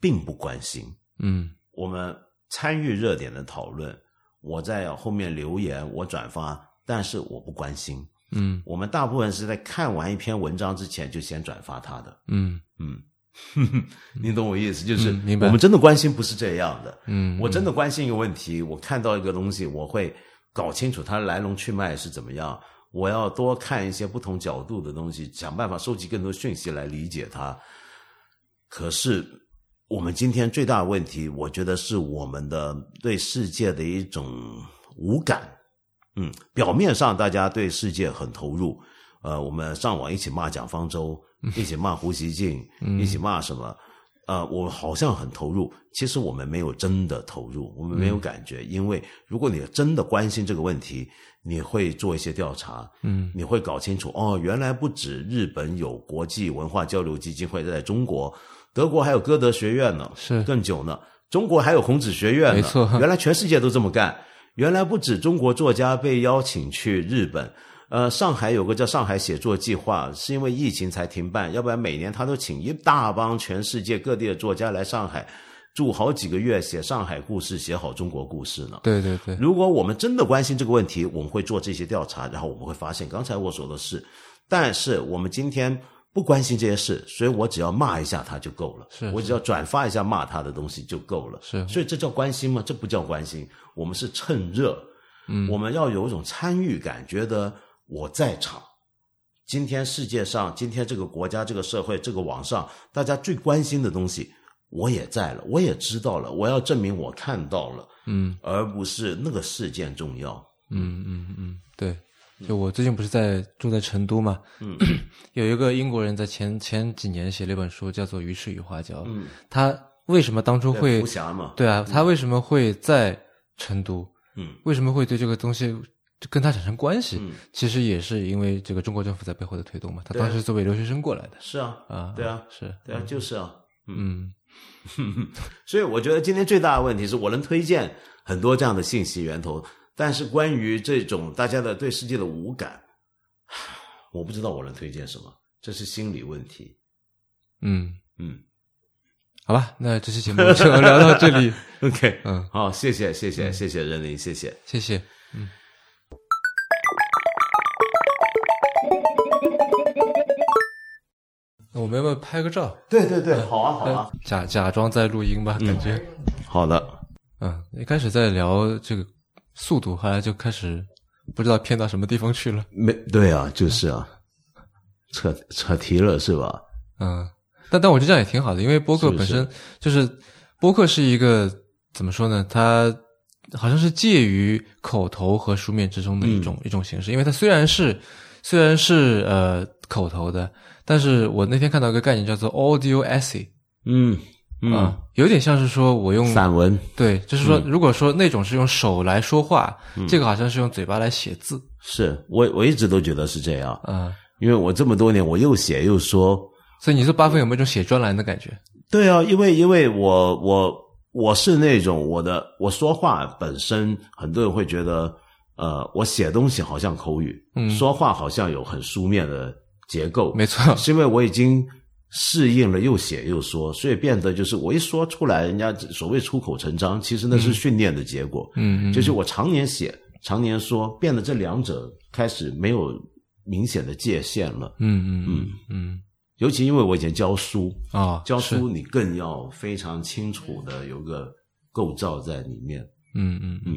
[SPEAKER 3] 并不关心。
[SPEAKER 2] 嗯
[SPEAKER 3] 我们参与热点的讨论，我在后面留言，我转发，但是我不关心。
[SPEAKER 2] 嗯
[SPEAKER 3] 我们大部分是在看完一篇文章之前就先转发它的，
[SPEAKER 2] 嗯
[SPEAKER 3] 嗯， 你懂我意思，就是、
[SPEAKER 2] 嗯明白
[SPEAKER 3] 我们真的关心不是这样的。
[SPEAKER 2] 嗯，
[SPEAKER 3] 我真
[SPEAKER 2] 的
[SPEAKER 3] 的关心一个问题，我看到一个东西，我会搞清楚它的来龙去脉是怎么样。我要多看一些不同角度的东西，想办法收集更多讯息来理解它。可是我们今天最大的问题，我觉得是我们的对世界的一种无感。嗯，表面上大家对世界很投入，呃，我们上网一起骂蒋方舟，一起骂胡锡进，一起骂什么？呃，我好像很投入，其实我们没有真的投入，我们没有感觉，因为如果你真的关心这个问题，你会做一些调查，
[SPEAKER 2] 嗯
[SPEAKER 3] 你会搞清楚哦，原来不止日本有国际文化交流基金会在中国，德国还有歌德学院呢，
[SPEAKER 2] 是
[SPEAKER 3] 更久呢，中国还有孔子学院呢，
[SPEAKER 2] 没错
[SPEAKER 3] 原来全世界都这么干，原来不止中国作家被邀请去日本。呃，上海有个叫上海写作计划，是因为疫情才停办，要不然每年他都请一大帮全世界各地的作家来上海住好几个月，写上海故事，写好中国故事呢。
[SPEAKER 2] 对对对，
[SPEAKER 3] 如果我们真的关心这个问题，我们会做这些调查，然后我们会发现刚才我说的是，但是我们今天不关心这些事，所以我只要骂一下他就够了，
[SPEAKER 2] 是
[SPEAKER 3] 我只要转发一下骂他的东西就够了，
[SPEAKER 2] 是
[SPEAKER 3] 所以这叫关心吗？这不叫关心，我们是趁热，嗯，我们要有一种参与感，觉得我在场。今天世界上，今天这个国家、这个社会、这个网上，大家最关心的东西，我也在了，我也知道了，我要证明我看到了，
[SPEAKER 2] 嗯
[SPEAKER 3] 而不是那个事件重要。
[SPEAKER 2] 嗯嗯嗯，对。就我最近不是在住在成都嘛， 嗯，有一个英国人在前前几年写了一本书，叫做《鱼翅与花椒》。
[SPEAKER 3] 嗯，
[SPEAKER 2] 他为什么当初会
[SPEAKER 3] 福霞嘛，
[SPEAKER 2] 对啊，他为什么会在成都？
[SPEAKER 3] 嗯
[SPEAKER 2] 为什么会对这个东西跟他产生关系？
[SPEAKER 3] 嗯
[SPEAKER 2] 其实也是因为这个中国政府在背后的推动嘛。他
[SPEAKER 3] 对啊
[SPEAKER 2] 当时作为留学生过来的
[SPEAKER 3] 是啊，
[SPEAKER 2] 啊，
[SPEAKER 3] 对啊，
[SPEAKER 2] 是，
[SPEAKER 3] 对啊，就是啊。
[SPEAKER 2] 嗯
[SPEAKER 3] 所以我觉得今天最大的问题是我能推荐很多这样的信息源头，但是关于这种大家的对世界的无感， 我不知道我能推荐什么，这是心理问题。
[SPEAKER 2] 嗯，
[SPEAKER 3] 嗯
[SPEAKER 2] 好吧，那这期节目就聊到这 里，
[SPEAKER 3] ，OK，
[SPEAKER 2] 嗯，
[SPEAKER 3] 好，谢谢，谢谢，谢谢任林，谢谢。
[SPEAKER 2] 谢谢。嗯嗯，我们要不要拍个照？
[SPEAKER 3] 对对对，好啊，好啊，
[SPEAKER 2] 假 假装在录音吧，感觉。
[SPEAKER 3] 哎好的，
[SPEAKER 2] 嗯，一开始在聊这个速度，后来就开始不知道偏到什么地方去了。
[SPEAKER 3] 没对啊，就是啊，扯扯题了是吧？
[SPEAKER 2] 嗯，但但我觉得这样也挺好的，因为播客
[SPEAKER 3] 是
[SPEAKER 2] 本身就是播客是一个怎么说呢？它好像是介于口头和书面之中的一种、
[SPEAKER 3] 嗯
[SPEAKER 2] 一种形式，因为它虽然是虽然是呃口头的，但是我那天看到一个概念叫做 audio essay
[SPEAKER 3] 嗯
[SPEAKER 2] 啊、
[SPEAKER 3] 嗯，
[SPEAKER 2] 有点像是说我用
[SPEAKER 3] 散嗯文，
[SPEAKER 2] 对，就是说、如果说那种是用手来说话，
[SPEAKER 3] 嗯
[SPEAKER 2] 这个好像是用嘴巴来写字
[SPEAKER 3] 是我我一直都觉得是这样，
[SPEAKER 2] 啊、呃
[SPEAKER 3] 因为我这么多年我又写又说，
[SPEAKER 2] 所以你说八分有没有一种写专栏的感觉？
[SPEAKER 3] 对啊，因为因为我我我是那种我的我说话本身，很多人会觉得，呃，我写东西好像口语，
[SPEAKER 2] 嗯
[SPEAKER 3] 说话好像有很书面的结构，
[SPEAKER 2] 没错，
[SPEAKER 3] 是因为我已经适应了又写又说，所以变得就是我一说出来，人家所谓出口成章，其实那是训练的结果。
[SPEAKER 2] 嗯嗯，
[SPEAKER 3] 就是我常年写，常年说，变得这两者开始没有明显的界限了。
[SPEAKER 2] 嗯嗯嗯嗯
[SPEAKER 3] 尤其因为我以前教书，
[SPEAKER 2] 啊，
[SPEAKER 3] 教
[SPEAKER 2] 是
[SPEAKER 3] 书你更要非常清楚的有个构造在里面。
[SPEAKER 2] 嗯嗯嗯，